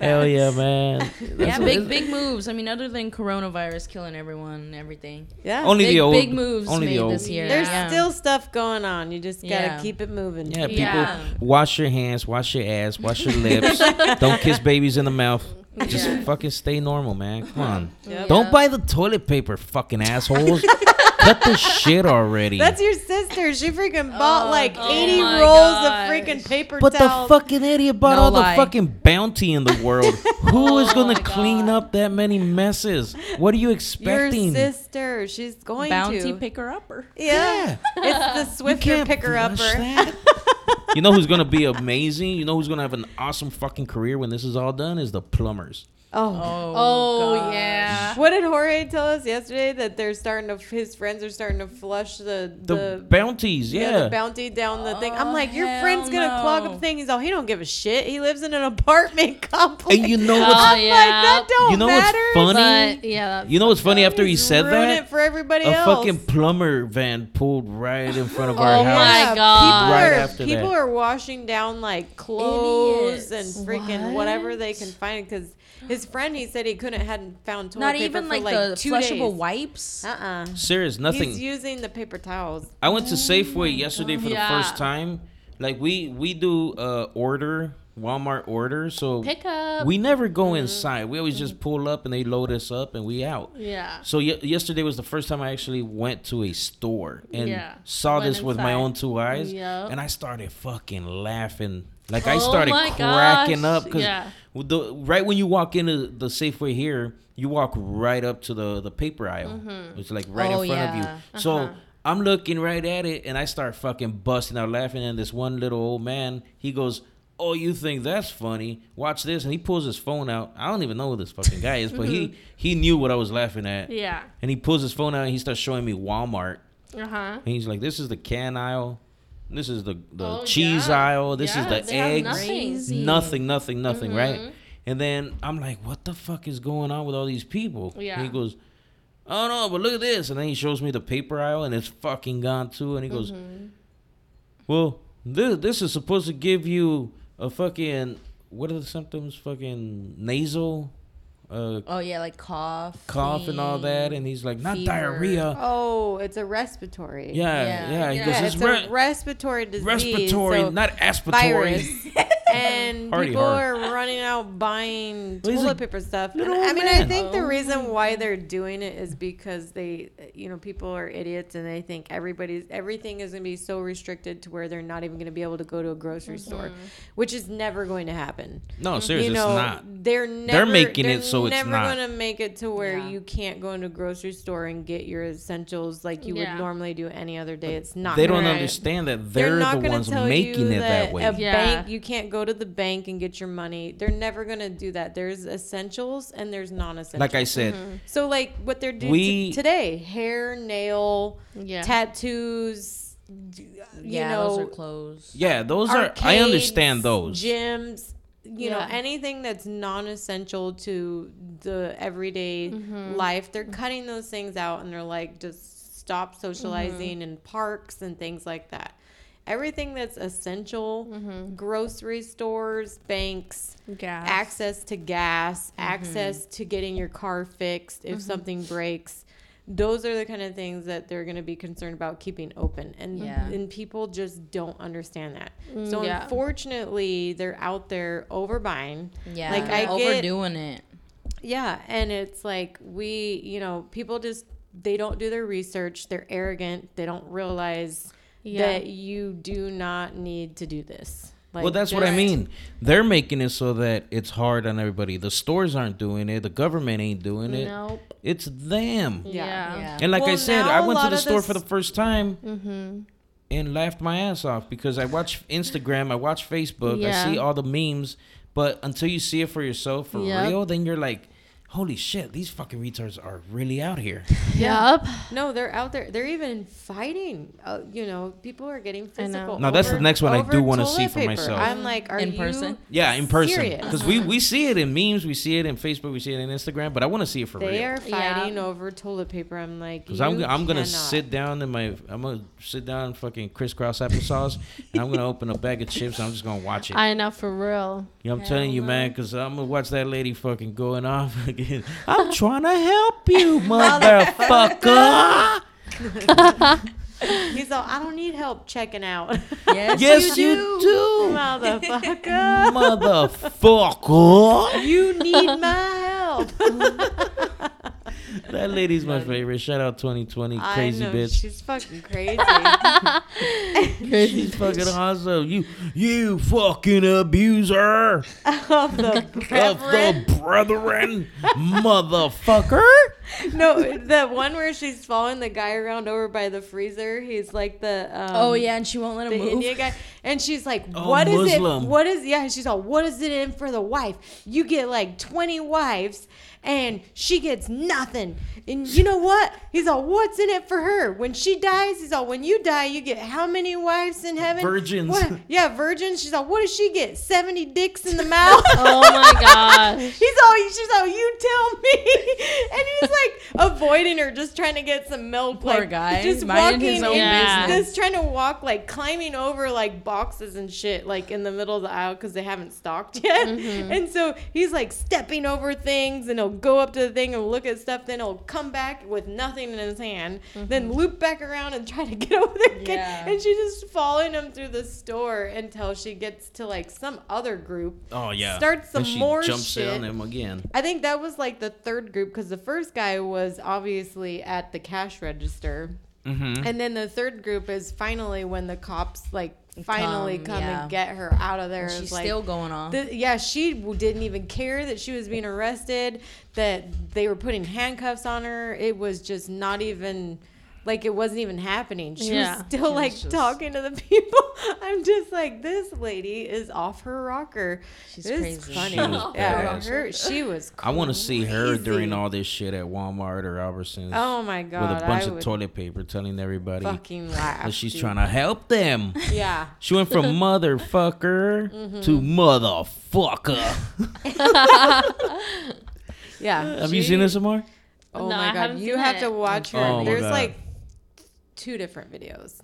A: Hell yeah, man.
D: yeah, big big moves. I mean, other than coronavirus killing everyone and everything.
C: [laughs] yeah.
A: Only
D: big,
A: the old.
D: big moves
A: only the
D: made
A: old.
D: this year.
C: There's
D: yeah.
C: still stuff going on. You just gotta
D: Yeah.
C: keep it moving.
A: Yeah, people.
B: Yeah.
A: Wash your hands. Wash your ass. Wash your lips. Don't kiss babies in the mouth. Just
B: Yeah.
A: fucking stay normal, man. Come on.
C: Yep.
A: Don't buy the toilet paper, fucking assholes. Cut the shit already.
C: That's your sister. She freaking bought like
B: oh
C: 80
B: my
C: rolls
B: gosh.
C: of freaking paper
A: but the
C: towels.
A: fucking idiot bought
D: No
A: all
D: lie.
A: the fucking bounty in the world. Who is
B: Oh
A: gonna
B: my
A: clean
B: God.
A: up that many messes? What are you
C: Your
A: expecting?
C: sister. She's going
D: bounty
C: to.
D: picker upper.
C: yeah. It's the swifter
A: can't
C: picker
A: flush
C: upper.
A: that. you know who's gonna be amazing? You know who's gonna have an awesome fucking career when this is all done? Is the plumbers.
C: [laughs] [laughs] Oh.
B: Oh,
D: gosh.
B: yeah.
C: What did Jorge tell us yesterday? That they're starting to, his friends are starting to flush the,
A: The,
C: the
A: bounties,
C: yeah.
A: yeah.
C: the bounty down the thing. I'm
D: Oh,
C: like, your
D: hell
C: friend's gonna clog
D: no.
C: up thing. He's all, he don't give a shit. He lives in an apartment [laughs] complex.
A: and you know
B: Oh,
A: what's
C: I'm like, that
B: yeah.
C: don't
A: you know
C: matter.
A: what's funny?
B: But yeah, that's
A: you know what's funny after he
C: Just
A: said
C: ruin
A: that?
C: it for everybody
A: a
C: else.
A: fucking plumber van pulled right in front of our
B: Oh
A: house.
B: my
C: people
B: God.
A: Right
C: are-
A: after that.
C: people are washing down like clothes
D: Idiots.
C: and freaking
B: What?
C: whatever they can find because his friend he said he couldn't hadn't found toilet
D: Not
C: paper
D: even
C: for,
D: like,
C: like
D: the
C: two
D: flushable
C: days.
D: wipes.
C: Uh-uh.
A: Serious, nothing.
C: He's using the paper towels.
A: I went to Safeway yesterday for the
B: Yeah.
A: first time. Like we we do uh order Walmart order, so
B: pick up.
A: we never go inside. We always just pull up and they load us up and we out.
B: yeah.
A: So ye- yesterday was the first time I actually went to a store and
B: Yeah.
A: saw
B: Went
A: this with my
B: inside.
A: own two eyes,
B: Yup.
A: and I started fucking laughing. Like I
B: Oh
A: started
B: my
A: cracking
B: gosh,
A: up because
B: yeah.
A: the, right when you walk into the Safeway here, you walk right up to the the paper aisle.
B: Mm-hmm.
A: It's like right
D: Oh,
A: in front of
D: yeah.
A: you.
B: Uh-huh.
A: So. I'm looking right at it and I start fucking busting out laughing. And this one little old man, he goes, Oh, you think that's funny? Watch this. And he pulls his phone out. I don't even know who this fucking guy is, but
B: [laughs]
A: he he knew what I was laughing at.
B: Yeah.
A: And he pulls his phone out and he starts showing me Walmart.
B: Uh huh.
A: And he's like, "This is the can aisle. This is the the
B: Oh,
A: cheese
B: yeah.
A: aisle. This
B: Yeah,
A: is the
B: they have
A: eggs.
B: nothing.
A: Nothing, nothing, nothing,
C: Mm-hmm.
A: right?" And then I'm like, "What the fuck is going on with all these people?" And
B: Yeah.
A: he goes, "Oh no, but look at this." And then he shows me the paper aisle and it's fucking gone too. And he goes,
C: Mm-hmm.
A: "Well, this this is supposed to give you a fucking what are the symptoms? Fucking nasal." Uh,
D: Oh yeah, like cough,
A: cough and all that and he's like not
D: Fever.
A: diarrhea
C: Oh, it's a respiratory.
A: yeah,
D: Yeah.
A: yeah. He
D: Yeah,
A: goes,
C: Yeah,
A: it's,
C: it's
A: re-
C: a respiratory disease.
A: respiratory,
C: so
A: not aspiratory.
C: virus. [laughs] and
A: Hardy
C: people
A: hard.
C: are running out buying
A: Well, he's a
C: toilet paper stuff. And
A: little
C: I
A: old
C: mean, I
A: man.
C: think the reason why they're doing it is because they, you know, people are idiots and they think everybody's everything is going to be so restricted to where they're not even going to be able to go to a grocery store, which is never going to happen.
A: No, seriously,
C: Mm-hmm. you know,
A: it's not.
C: They're never,
A: making
C: they're
A: it so it's
C: never
A: not.
C: going to make it to where
D: Yeah.
C: you can't go into a grocery store and get your essentials like you
B: Yeah.
C: would normally do any other day. It's not.
A: They
C: gonna
A: don't
B: Right.
A: understand that
C: they're,
A: they're,
C: not
A: the
C: gonna
A: ones
C: tell
A: making
C: you
A: it that way.
C: A
B: Yeah.
C: bank, you can't go to the bank and get your money. They're never gonna do that. There's essentials and there's non-essentials.
A: like I said,
C: so like what they're doing
A: We-
C: t- today: hair, nail,
B: Yeah.
C: tattoos. d- You
D: Yeah,
C: know,
D: those are closed.
A: yeah, those are. I understand those.
C: arcades, gyms. You know
B: Yeah.
C: anything that's non-essential to the everyday life, they're cutting those things out, and they're like just stop socializing in parks and things like that. Everything that's essential, grocery stores, banks,
B: Gas.
C: access to gas, access to getting your car fixed if something breaks. Those are the kind of things that they're going to be concerned about keeping open. And
D: Yeah.
C: and people just don't understand that. So
B: yeah.
C: unfortunately, they're out there overbuying.
D: Yeah,
C: Like, I get-
D: overdoing it.
C: Yeah, and it's like we, you know, people just they don't do their research. They're arrogant. They don't realize
B: Yeah.
C: that you do not need to do this. Like,
A: well, that's what I
C: just-
A: mean. They're making it so that it's hard on everybody. The stores aren't doing it. The government ain't doing it.
B: Nope.
A: It's them.
C: Yeah.
B: Yeah.
A: And like I
C: Well,
A: said,
C: now
A: I
C: a
A: went to
C: lot
A: the
C: of Mm-hmm.
A: store
C: this-
A: for the first time and laughed my ass off because I watch Instagram, I watch Facebook,
B: Yeah.
A: I see all the memes, but until you see it for yourself for
B: Yep.
A: real, then you're like, holy shit, these fucking retards are really out here.
B: Yep.
C: No, they're out there. They're even fighting. Uh, you know, people are getting
B: I know.
C: physical.
A: Now, that's the
C: over-
A: next one I
C: over
A: do wanna see
C: toilet
A: for
C: paper.
A: myself.
C: I'm like, are
D: In
C: you
D: person?
A: Yeah, in person.
C: serious?
A: Because we, we see it in memes, we see it in Facebook, we see it in Instagram, but I want to see it for
C: They
A: real.
C: are
D: Yeah.
C: fighting over toilet paper. I'm like,
A: Because I'm,
C: you
A: I'm gonna
C: cannot.
A: sit down in my I'm gonna sit down in fucking crisscross applesauce and I'm gonna open a bag of chips and I'm just gonna watch it.
B: I know for real.
A: You know, I'm telling you, man, because I'm gonna watch that lady fucking going off [laughs] again. I'm trying to help
C: [laughs]
A: you, motherfucker.
C: He's all, I don't need help checking out. [laughs]
A: [laughs]
D: Yes,
A: yes, you do, [laughs]
C: Motherfucker.
A: motherfucker.
C: [laughs] You need my help.
A: That lady's my favorite. Shout out 2020, crazy
C: [laughs] I know,
A: bitch.
C: She's
D: [laughs]
C: fucking crazy.
A: She's fucking awesome. You, you fucking abuser
C: of the
A: of
C: brethren.
A: the
C: [laughs]
A: brethren, motherfucker.
C: No, the one where she's following the guy around over by the freezer. He's like the um,
D: Oh yeah, and she won't let
C: the
D: him move.
C: Indian guy, and she's like,
A: Oh,
C: "What is
A: Muslim.
C: it? What is yeah?" And she's all, "What is it in for the wife? You get like twenty wives, and she gets nothing. And you know what? He's all, "What's in it for her? When she dies, he's all, "When you die, you get how many wives in heaven?
A: Virgins.
C: What? Yeah, virgins. She's all, "What does she get? Seventy dicks in
A: [laughs]
C: the mouth."
B: Oh my gosh.
C: He's all she's all you tell me, [laughs] and he's like avoiding her, just trying to get some milk.
D: Poor
C: like,
D: guy,
C: just
D: minding his
C: walking
B: own
C: in,
B: business.
C: Just trying to walk, like climbing over like boxes and shit, like in the middle of the aisle because they haven't stocked [laughs] yet.
D: Mm-hmm.
C: And so he's like stepping over things, and he'll go up to the thing and look at stuff, then he'll come back with nothing in his hand, then loop back around and try to get [laughs] over there again.
D: Mm-hmm. Yeah.
C: And she's just following him through the store until she gets to like some other group.
A: Oh yeah.
C: Start some
A: and she
C: more
A: jumps
C: shit.
A: on him again.
C: I think that was like the third group because the first guy was obviously at the cash register.
A: Mm-hmm.
C: And then the third group is finally when the cops like finally
D: Come,
C: come,
D: yeah.
C: and get her out of there.
D: And
C: It's
D: she's
C: like,
D: still going on.
C: the, yeah, she w- didn't even care that she was being arrested, that they were putting handcuffs on her. It was just not even like it wasn't even happening. She
B: Yeah.
C: was [laughs] still like
D: just-
C: talking to the [laughs] people. I'm just like, this lady is off her rocker.
D: She's
C: This is
D: crazy.
C: Funny.
A: She was
C: yeah,
A: badass.
C: her, she was.
A: I want to see her during
C: Crazy.
A: all this shit at Walmart or Albertsons
C: Oh my god!
A: with a bunch
C: I
A: of
C: would
A: toilet paper, telling everybody
C: fucking laugh.
A: that she's
C: dude.
A: trying to help them.
C: Yeah.
A: She went
C: [laughs]
A: from motherfucker
C: Mm-hmm.
A: to motherfucker.
D: [laughs]
C: Yeah.
A: Have you
C: she-
A: seen this, Amar?
C: Oh
B: No, I
C: my god!
B: haven't
C: You
B: seen
C: have
B: it.
C: to watch her.
A: Oh my
C: There's
A: God.
C: like two different videos.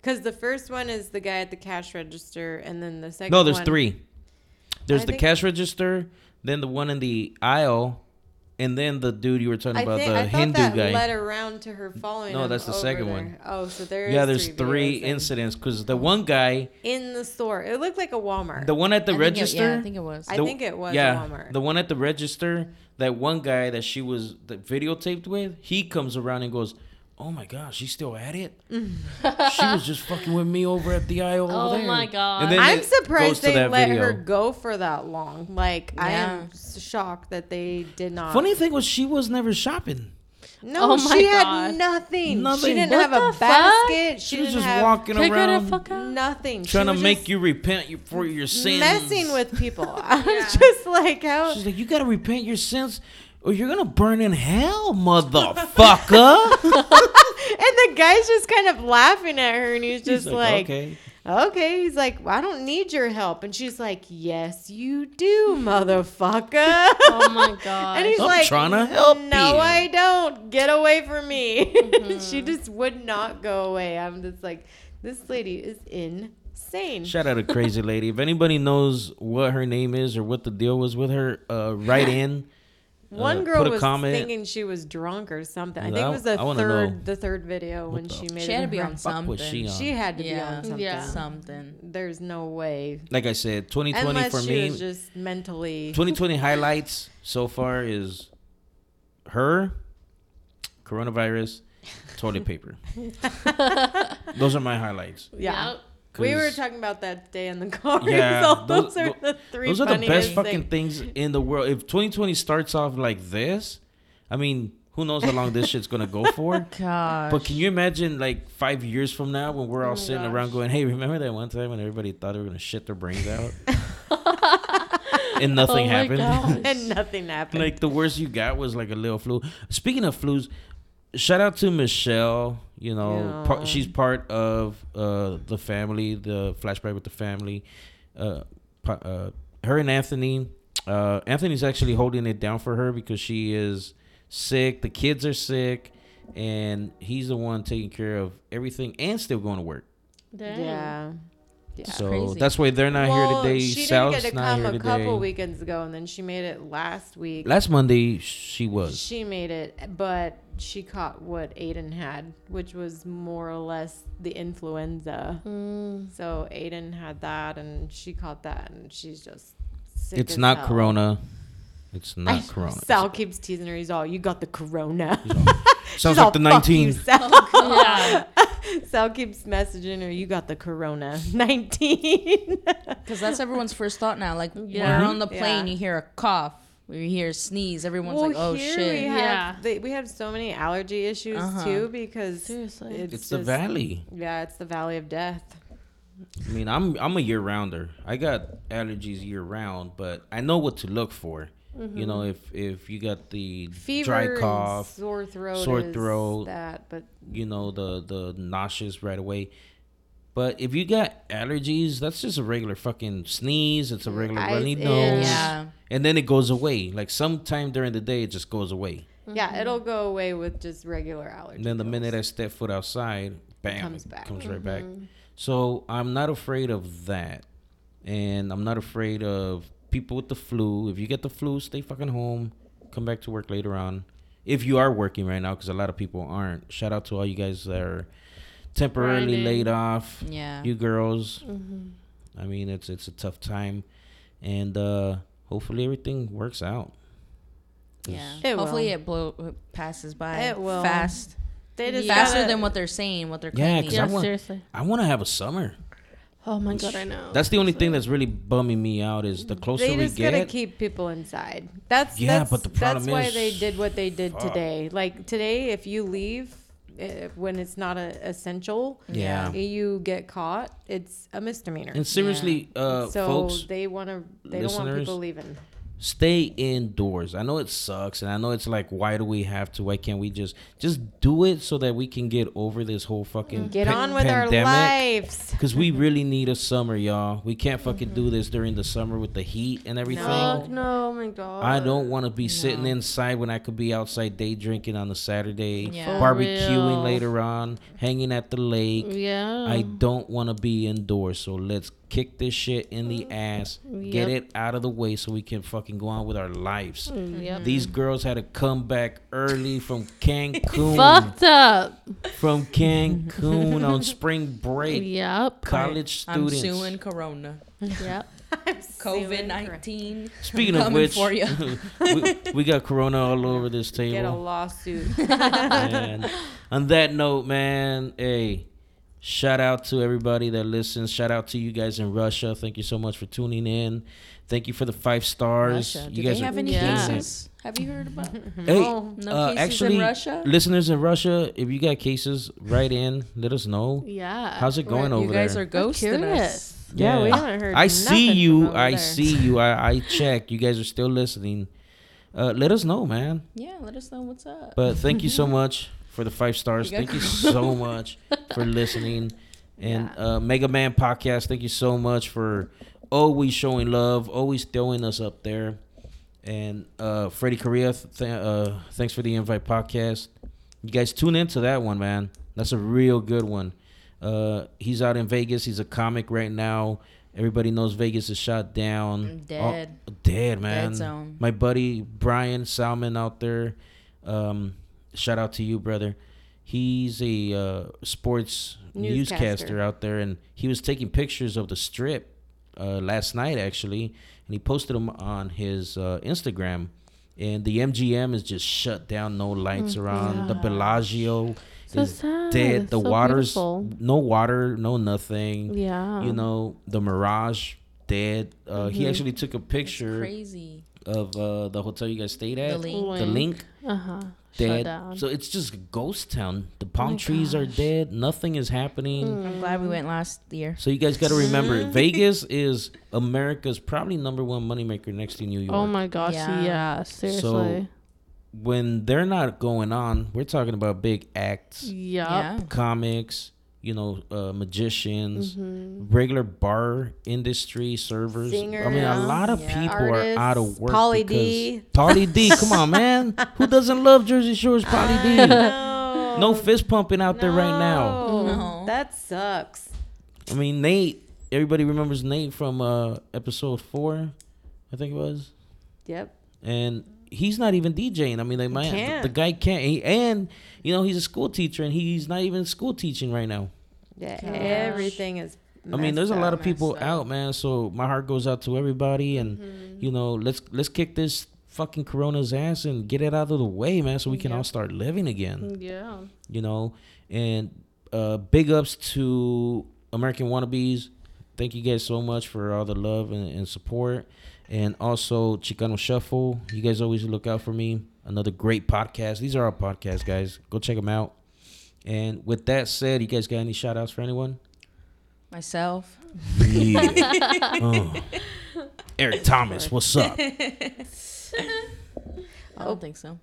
C: Because the first one is the guy at the cash register, and then the second.
A: No, there's
C: one-
A: three. There's
C: I
A: the
C: think-
A: cash register, then the one in the aisle, and then the dude you were talking
C: I
A: about,
C: think
A: the
C: I thought
A: Hindu
C: that
A: guy.
C: led around to her following.
A: No,
C: him
A: that's the
C: over
A: second
C: there.
A: one.
C: Oh, so there.
A: yeah,
C: is
A: there's three
C: videos then.
A: incidents because the one guy,
C: in the store. It looked like a Walmart.
A: the one at the
D: I think it-
A: register,
D: yeah, I think it was.
C: I
A: The-
C: think it was a Walmart.
A: The one at the register, that one guy that she was that videotaped with, he comes around and goes, "Oh my gosh, she's still at
C: [laughs]
A: it.
C: Oh
A: she was just fucking with me over at the aisle
B: Oh
A: over there."
B: my god.
A: And then-
C: I'm
A: it goes
C: surprised
A: to
C: they
A: that
C: let
A: video.
C: her go for that long. Like I
D: Yeah.
C: am s- shocked that they did not.
A: Funny thing was, she was never shopping.
C: No,
B: Oh my
C: she
B: God.
C: had nothing.
A: Nothing.
C: She didn't
A: What
C: have a
B: the fuck?
C: basket. She,
A: She, was
C: didn't
A: just
C: have
A: walking
B: Figure the
A: around
B: fuck out.
C: nothing. She
A: trying to
C: was
A: make
C: just
A: you repent you- for your sins.
C: messing with people. [laughs] I'm just like how
A: She's like, "You gotta repent your sins." Or you're gonna burn in hell, motherfucker.
C: [laughs] and the guy's just kind of laughing at her and he's [laughs] just
A: He's
C: like, okay.
A: okay.
C: he's like, I don't need your help. And she's like, Yes, you do,
A: [laughs]
C: motherfucker.
B: oh [laughs] my
C: [laughs]
B: god.
C: And he's
A: I'm
C: like,
A: trying to help
C: No,
A: you." Mm-hmm.
C: I don't. Get away from me. [laughs] she just would not go away. I'm just like, this lady is insane.
A: Shout out to Crazy Lady. If anybody knows what her name is or what the deal was with her, uh,
C: [laughs]
A: write in.
C: One
A: uh,
C: girl
A: put a
C: was
A: comment.
C: thinking she was drunk or something. I
A: Yeah,
C: think
A: I-
C: it was the
A: I wanna know.
C: third, the third video when
A: the-
C: she made.
D: she
C: it
D: had to be
C: her-
D: on
A: Fuck
D: something.
A: was she on?
C: She had to be
D: Yeah.
C: on something.
B: Yeah.
D: Something.
C: There's no way.
A: Like I said, 2020
C: Unless
A: for
C: she
A: me.
C: was just mentally.
A: 2020 highlights so far is her, coronavirus, toilet
C: [laughs]
A: paper. Those are my highlights.
C: Yeah.
B: Yep.
C: We were
A: 'Cause
C: talking about that today in the car.
A: Yeah,
C: [laughs] so
A: those-
C: those, are
A: tho-
C: the three.
A: Those are the
C: funniest
A: best fucking
C: things. [laughs]
A: things in the world. If 2020 starts off like this, I mean, who knows how long this shit's gonna go
C: [laughs] Oh
A: for?
D: God.
A: But can you imagine like five years from now when
C: Oh
A: we're all sitting
C: [laughs]
A: around going, "Hey, remember that one time when everybody thought they were gonna shit their brains out?" and nothing
B: Oh my
A: happened.
B: gosh.
C: and nothing happened.
A: like the worst you got was like a little flu. Speaking of flus, shout out to Michelle. You know, par-
C: Yeah.
A: she's part of uh, the family, the flashback with the family. Uh, pa- uh, her and Anthony. Uh, Anthony's actually holding it down for her because she is sick. The kids are sick, and he's the one taking care of everything and still going to work.
B: Dang.
C: Yeah. Yeah.
A: so
D: Crazy.
A: that's why they're not
C: well,
A: here today.
C: she
A: Sal's
C: didn't get to
A: not
C: come
A: here
C: a
A: today.
C: couple weekends ago, and then she made it last week.
A: Last Monday she was.
C: She made it, but she caught what Aiden had, which was more or less the influenza.
B: Mm.
C: So Aiden had that, and she caught that, and she's just sick.
A: It's
C: as
A: not
C: hell.
A: Corona. It's not
C: I-
A: Corona.
C: Sal keeps teasing her. He's all, "You got the Corona." [laughs]
A: Sounds
C: She's all,
A: like the
C: "Fuck you,
A: 19.
C: Sal. [laughs]
B: [laughs] yeah.
C: Sal keeps messaging her, "You got the Corona [laughs] 19."
D: Because that's everyone's first thought now. Like
B: Yeah.
D: we're on the plane,
C: Yeah.
D: you hear a cough, you hear a sneeze. Everyone's like, "Oh
C: here
D: shit!"
C: We have,
B: Yeah.
C: they, we have so many allergy issues
D: Uh-huh.
C: too because
B: Seriously.
A: It's,
C: it's,
A: the
C: just-
A: valley.
C: Yeah, it's the valley of death.
A: I mean, I'm I'm a year rounder. I got allergies year round, but I know what to look for. You know, if if you got the
C: Fever,
A: dry
C: and
A: cough,
C: sore throat,
A: sore
C: is
A: throat.
C: That, but
A: you know, the the nauseous right away. But if you got allergies, that's just a regular fucking sneeze. It's a regular
C: Eyes
A: runny
C: itch.
A: nose,
D: Yeah.
A: and then it goes away. Like sometime during the day, it just goes away.
D: Mm-hmm.
C: yeah, it'll go away with just regular
A: And
C: allergies.
A: then the minute I step foot outside, bam, it
C: comes
A: comes,
C: back.
A: right back. So I'm not afraid of that. And I'm not afraid of people with the flu. If you get the flu, stay fucking home. Come back to work later on. If you are working right now, because a lot of people aren't. Shout out to all you guys that are temporarily
B: Grinding.
A: laid off.
D: Yeah.
A: You girls. I mean, it's it's a tough time. And uh, hopefully everything works out.
D: yeah.
C: It
D: Hopefully
C: will.
D: it blow it passes by
C: It will.
D: fast,
C: they just
D: faster
C: gotta-
D: than what they're saying, what they're
A: Yeah,
D: claiming.
A: 'cause I
B: Yeah,
A: want-
B: seriously.
A: I want to have a summer.
B: Oh my god, I know.
A: That's the only thing that's really bumming me out is the closer
C: They
A: we
C: just gotta
A: get.
C: keep people inside. That's
A: Yeah,
C: that's,
A: but the problem
C: that's why
A: is-
C: they did what they did
A: Fuck.
C: today. Like today, if you leave eh, when it's not a essential, eh,
A: Yeah.
C: you get caught. It's a misdemeanor.
A: and seriously, uh,
C: so
A: folks,
C: they want to. They don't want
A: listeners,
C: people leaving.
A: stay indoors. I know it sucks, and I know it's like, why do we have to? Why can't we just just do it so that we can get over this whole fucking
C: Get
A: pa-
C: on with our
A: pandemic?
C: lives.
A: Because we really need a summer, y'all. We can't fucking do this during the summer with the heat and everything.
B: Fuck no, oh my god.
A: I don't want to be sitting inside when I could be outside day drinking on a Saturday,
D: Yeah.
B: For
A: barbecuing
B: real.
A: later on, hanging at the lake.
B: Yeah.
A: I don't want to be indoors, so let's kick this shit in the ass, get
B: Yep. Mm.
A: it out of the way so we can fucking go on with our lives.
B: Yep.
A: These girls had to come back early from Cancun,
B: Fucked up.
A: from Cancun on spring break.
B: Yep.
A: College
D: I'm
A: students.
D: suing Corona,
B: Yep.
D: COVID nineteen.
A: Speaking of
D: Coming
A: which,
D: [laughs] for you.
A: [laughs] we, we got Corona all over this table.
C: Get
A: [laughs]
C: a lawsuit.
A: And on that note, man, hey, shout out to everybody that listens. Shout out to you guys in Russia. Thank you so much for tuning in. Thank you for the five stars.
D: Russia. Do
A: You
D: they
A: guys
D: have
A: are
D: any
A: killing
B: Yeah.
A: it.
D: cases? Have you heard about?
A: Hey,
D: [laughs] No, no
A: uh,
D: cases
A: actually,
D: in Russia.
A: listeners in Russia, if you got cases, write in. Let us know.
B: Yeah.
A: How's it going over
D: Uh, you guys
A: there?
D: are ghosting us.
B: curious.
C: Yeah, we haven't heard
A: I see
C: nothing
A: you.
C: from over
A: I
C: there.
A: see you. I, I check. You guys are still listening. Uh, let us know, man.
D: Yeah, let us know what's up.
A: But thank you so much for the five stars.
D: You got
A: Thank you so much for listening. And uh, Mega Man Podcast, thank you so much for always showing love, always throwing us up there. And uh, Freddie Correa, th- uh, thanks for the invite podcast. You guys tune into that one, man. That's a real good one. Uh, he's out in Vegas. He's a comic right now. Everybody knows Vegas is shot down.
D: Dead.
A: Oh, dead, man.
D: zone.
A: My buddy Brian Salmon out there. Um, shout out to you, brother. He's a uh, sports newscaster.
C: Newscaster.
A: out there, and he was taking pictures of the strip uh, last night, actually, and he posted them on his uh, Instagram. And the MGM is just shut down, no lights around. The Bellagio
B: Mm, So
A: is
B: sad.
A: dead. The
B: So
A: water's
B: beautiful.
A: no water, no nothing.
B: Yeah.
D: Um,
A: You know, the Mirage dead. Uh, He actually took a
D: Mm-hmm. It's
A: picture
D: crazy.
A: of uh, the hotel you guys stayed at,
D: The Link.
A: the Link,
B: Uh huh.
A: dead.
B: Shut down.
A: So it's just a ghost town.
D: Oh
A: The palm trees are dead. Nothing is happening.
D: I'm glad we went last year.
A: So you guys got to remember,
D: Mm-hmm.
A: Vegas is America's probably number one moneymaker next to New York.
B: Oh my gosh.
D: Yeah.
B: Yeah. seriously.
A: when they're not going on, we're talking about big acts,
B: Yup.
D: Yeah.
A: comics, you know, uh, magicians,
C: Mm-hmm.
A: regular bar industry servers. I mean, a
C: Singers,
A: lot of
D: yeah.
A: people are out of
C: Artists,
A: work.
C: Pauly
A: because-
C: D.
A: Pauly D, come on,
C: [laughs]
A: man. Who doesn't love Jersey Shore's Pauly D?
C: No.
A: No fist pumping out there right now.
D: No.
C: That sucks.
A: I mean, Nate. Everybody remembers Nate from uh, episode four, I think it was,
C: Yep.
A: and he's not even DJing. I mean, they might the,
C: can't.
A: the guy can't. He, and you know, he's a school teacher, and he's not even school teaching right now.
C: Yeah,
D: Gosh.
C: everything is.
A: I mean, there's a
C: messed
A: lot
C: up.
A: of people
D: messed up.
A: out, man. So my heart goes out to everybody, and you know, let's let's kick this fucking corona's ass and get it out of the way, man, so we can all start living again.
B: Yeah.
A: you know and uh big ups to american wannabes thank you guys so much for all the love and, and support and also chicano shuffle you guys always look out for me another great podcast these are our podcasts guys go check them out and with that said you guys got any shout outs for anyone
D: Myself.
A: [laughs] Oh. eric thomas what's up
D: I don't think so.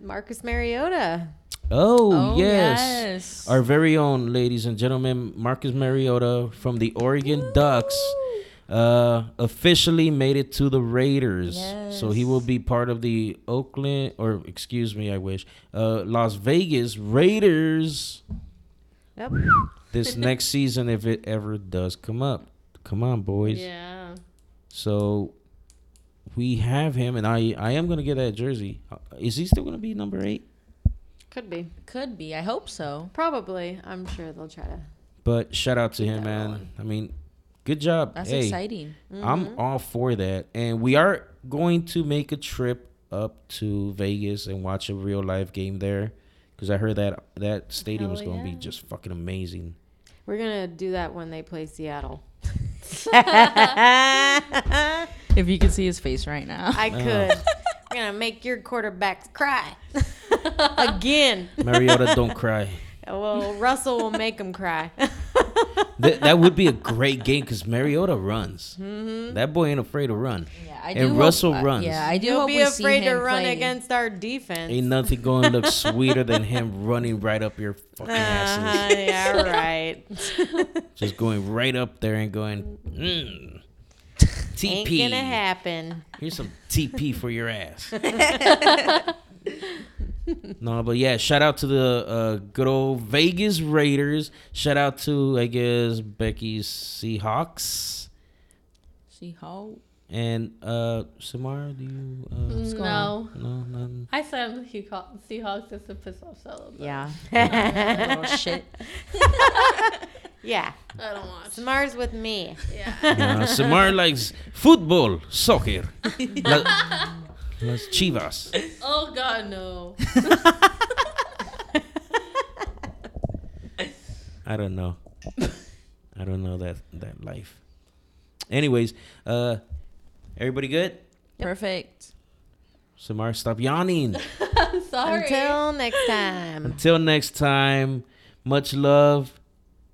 C: Marcus Mariota.
A: oh, yes.
D: yes.
A: Our very own, ladies and gentlemen, Marcus Mariota from the Oregon Ducks uh, officially made it to the Raiders. So he will be part of the Oakland, or excuse me, I wish, uh, Las Vegas Raiders
C: Yep.
A: this [laughs] next season if it ever does come up. Come on, boys.
B: Yeah.
A: So we have him, and I, I am going to get that jersey. Uh, Is he still going to be number eight?
C: Could be.
D: Could be. I hope so.
C: Probably. I'm sure they'll try to.
A: But shout out to him,
C: that
A: man. I mean, good job.
D: That's
A: Hey.
D: exciting.
A: I'm all for that. And we are going to make a trip up to Vegas and watch a real live game there because I heard that that stadium is
B: Hell
A: going to be
B: yeah.
A: just fucking amazing.
C: We're gonna do that when they play Seattle.
D: If you could see his face right now.
C: I could. We're gonna make your quarterbacks cry again.
A: Mariota, don't cry.
C: Well, [laughs] Russell will make
D: [laughs]
C: them cry.
A: That, that would be a great game because Mariota runs. That boy ain't afraid to run.
D: [laughs] Yeah, I
A: And
D: do hope-
A: Russell
D: uh,
A: runs.
D: Yeah, I do
C: You'll
D: hope
C: be
D: we see
C: afraid to
D: him
C: run
D: play.
C: against our defense. [laughs]
A: Ain't nothing going to look sweeter than him running right up your fucking
C: Uh-huh,
A: asses.
C: yeah,
D: [laughs]
C: right.
A: Just going right up there and going, mm,
C: Ain't
A: TP.
D: [laughs]
C: gonna happen.
A: Here's some TP for your
C: [laughs]
A: ass. no, but yeah, shout out to the uh, good old Vegas Raiders. Shout out to, I guess, Becky's Seahawks.
D: See how?
A: And uh, Samara, do you.
C: Mm.
A: Uh,
B: No.
A: No, none.
B: I said I'm the Seahawks, Seahawks just to piss off Stella. but
C: Yeah.
D: Little Oh, [laughs] shit.
C: yeah.
B: I don't watch.
C: Samar's with me.
A: Uh, Samara likes football, soccer. La- Las Chivas.
B: Oh God, no. [laughs]
A: I don't know. I don't know that that life. Anyways, uh, everybody good?
D: Perfect.
A: Samara, stop yawning.
B: I'm sorry.
C: Until
D: [laughs]
C: next time.
A: Until next time, much love.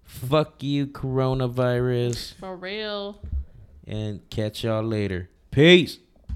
A: Fuck you, coronavirus.
B: For real.
A: And catch y'all later. Peace.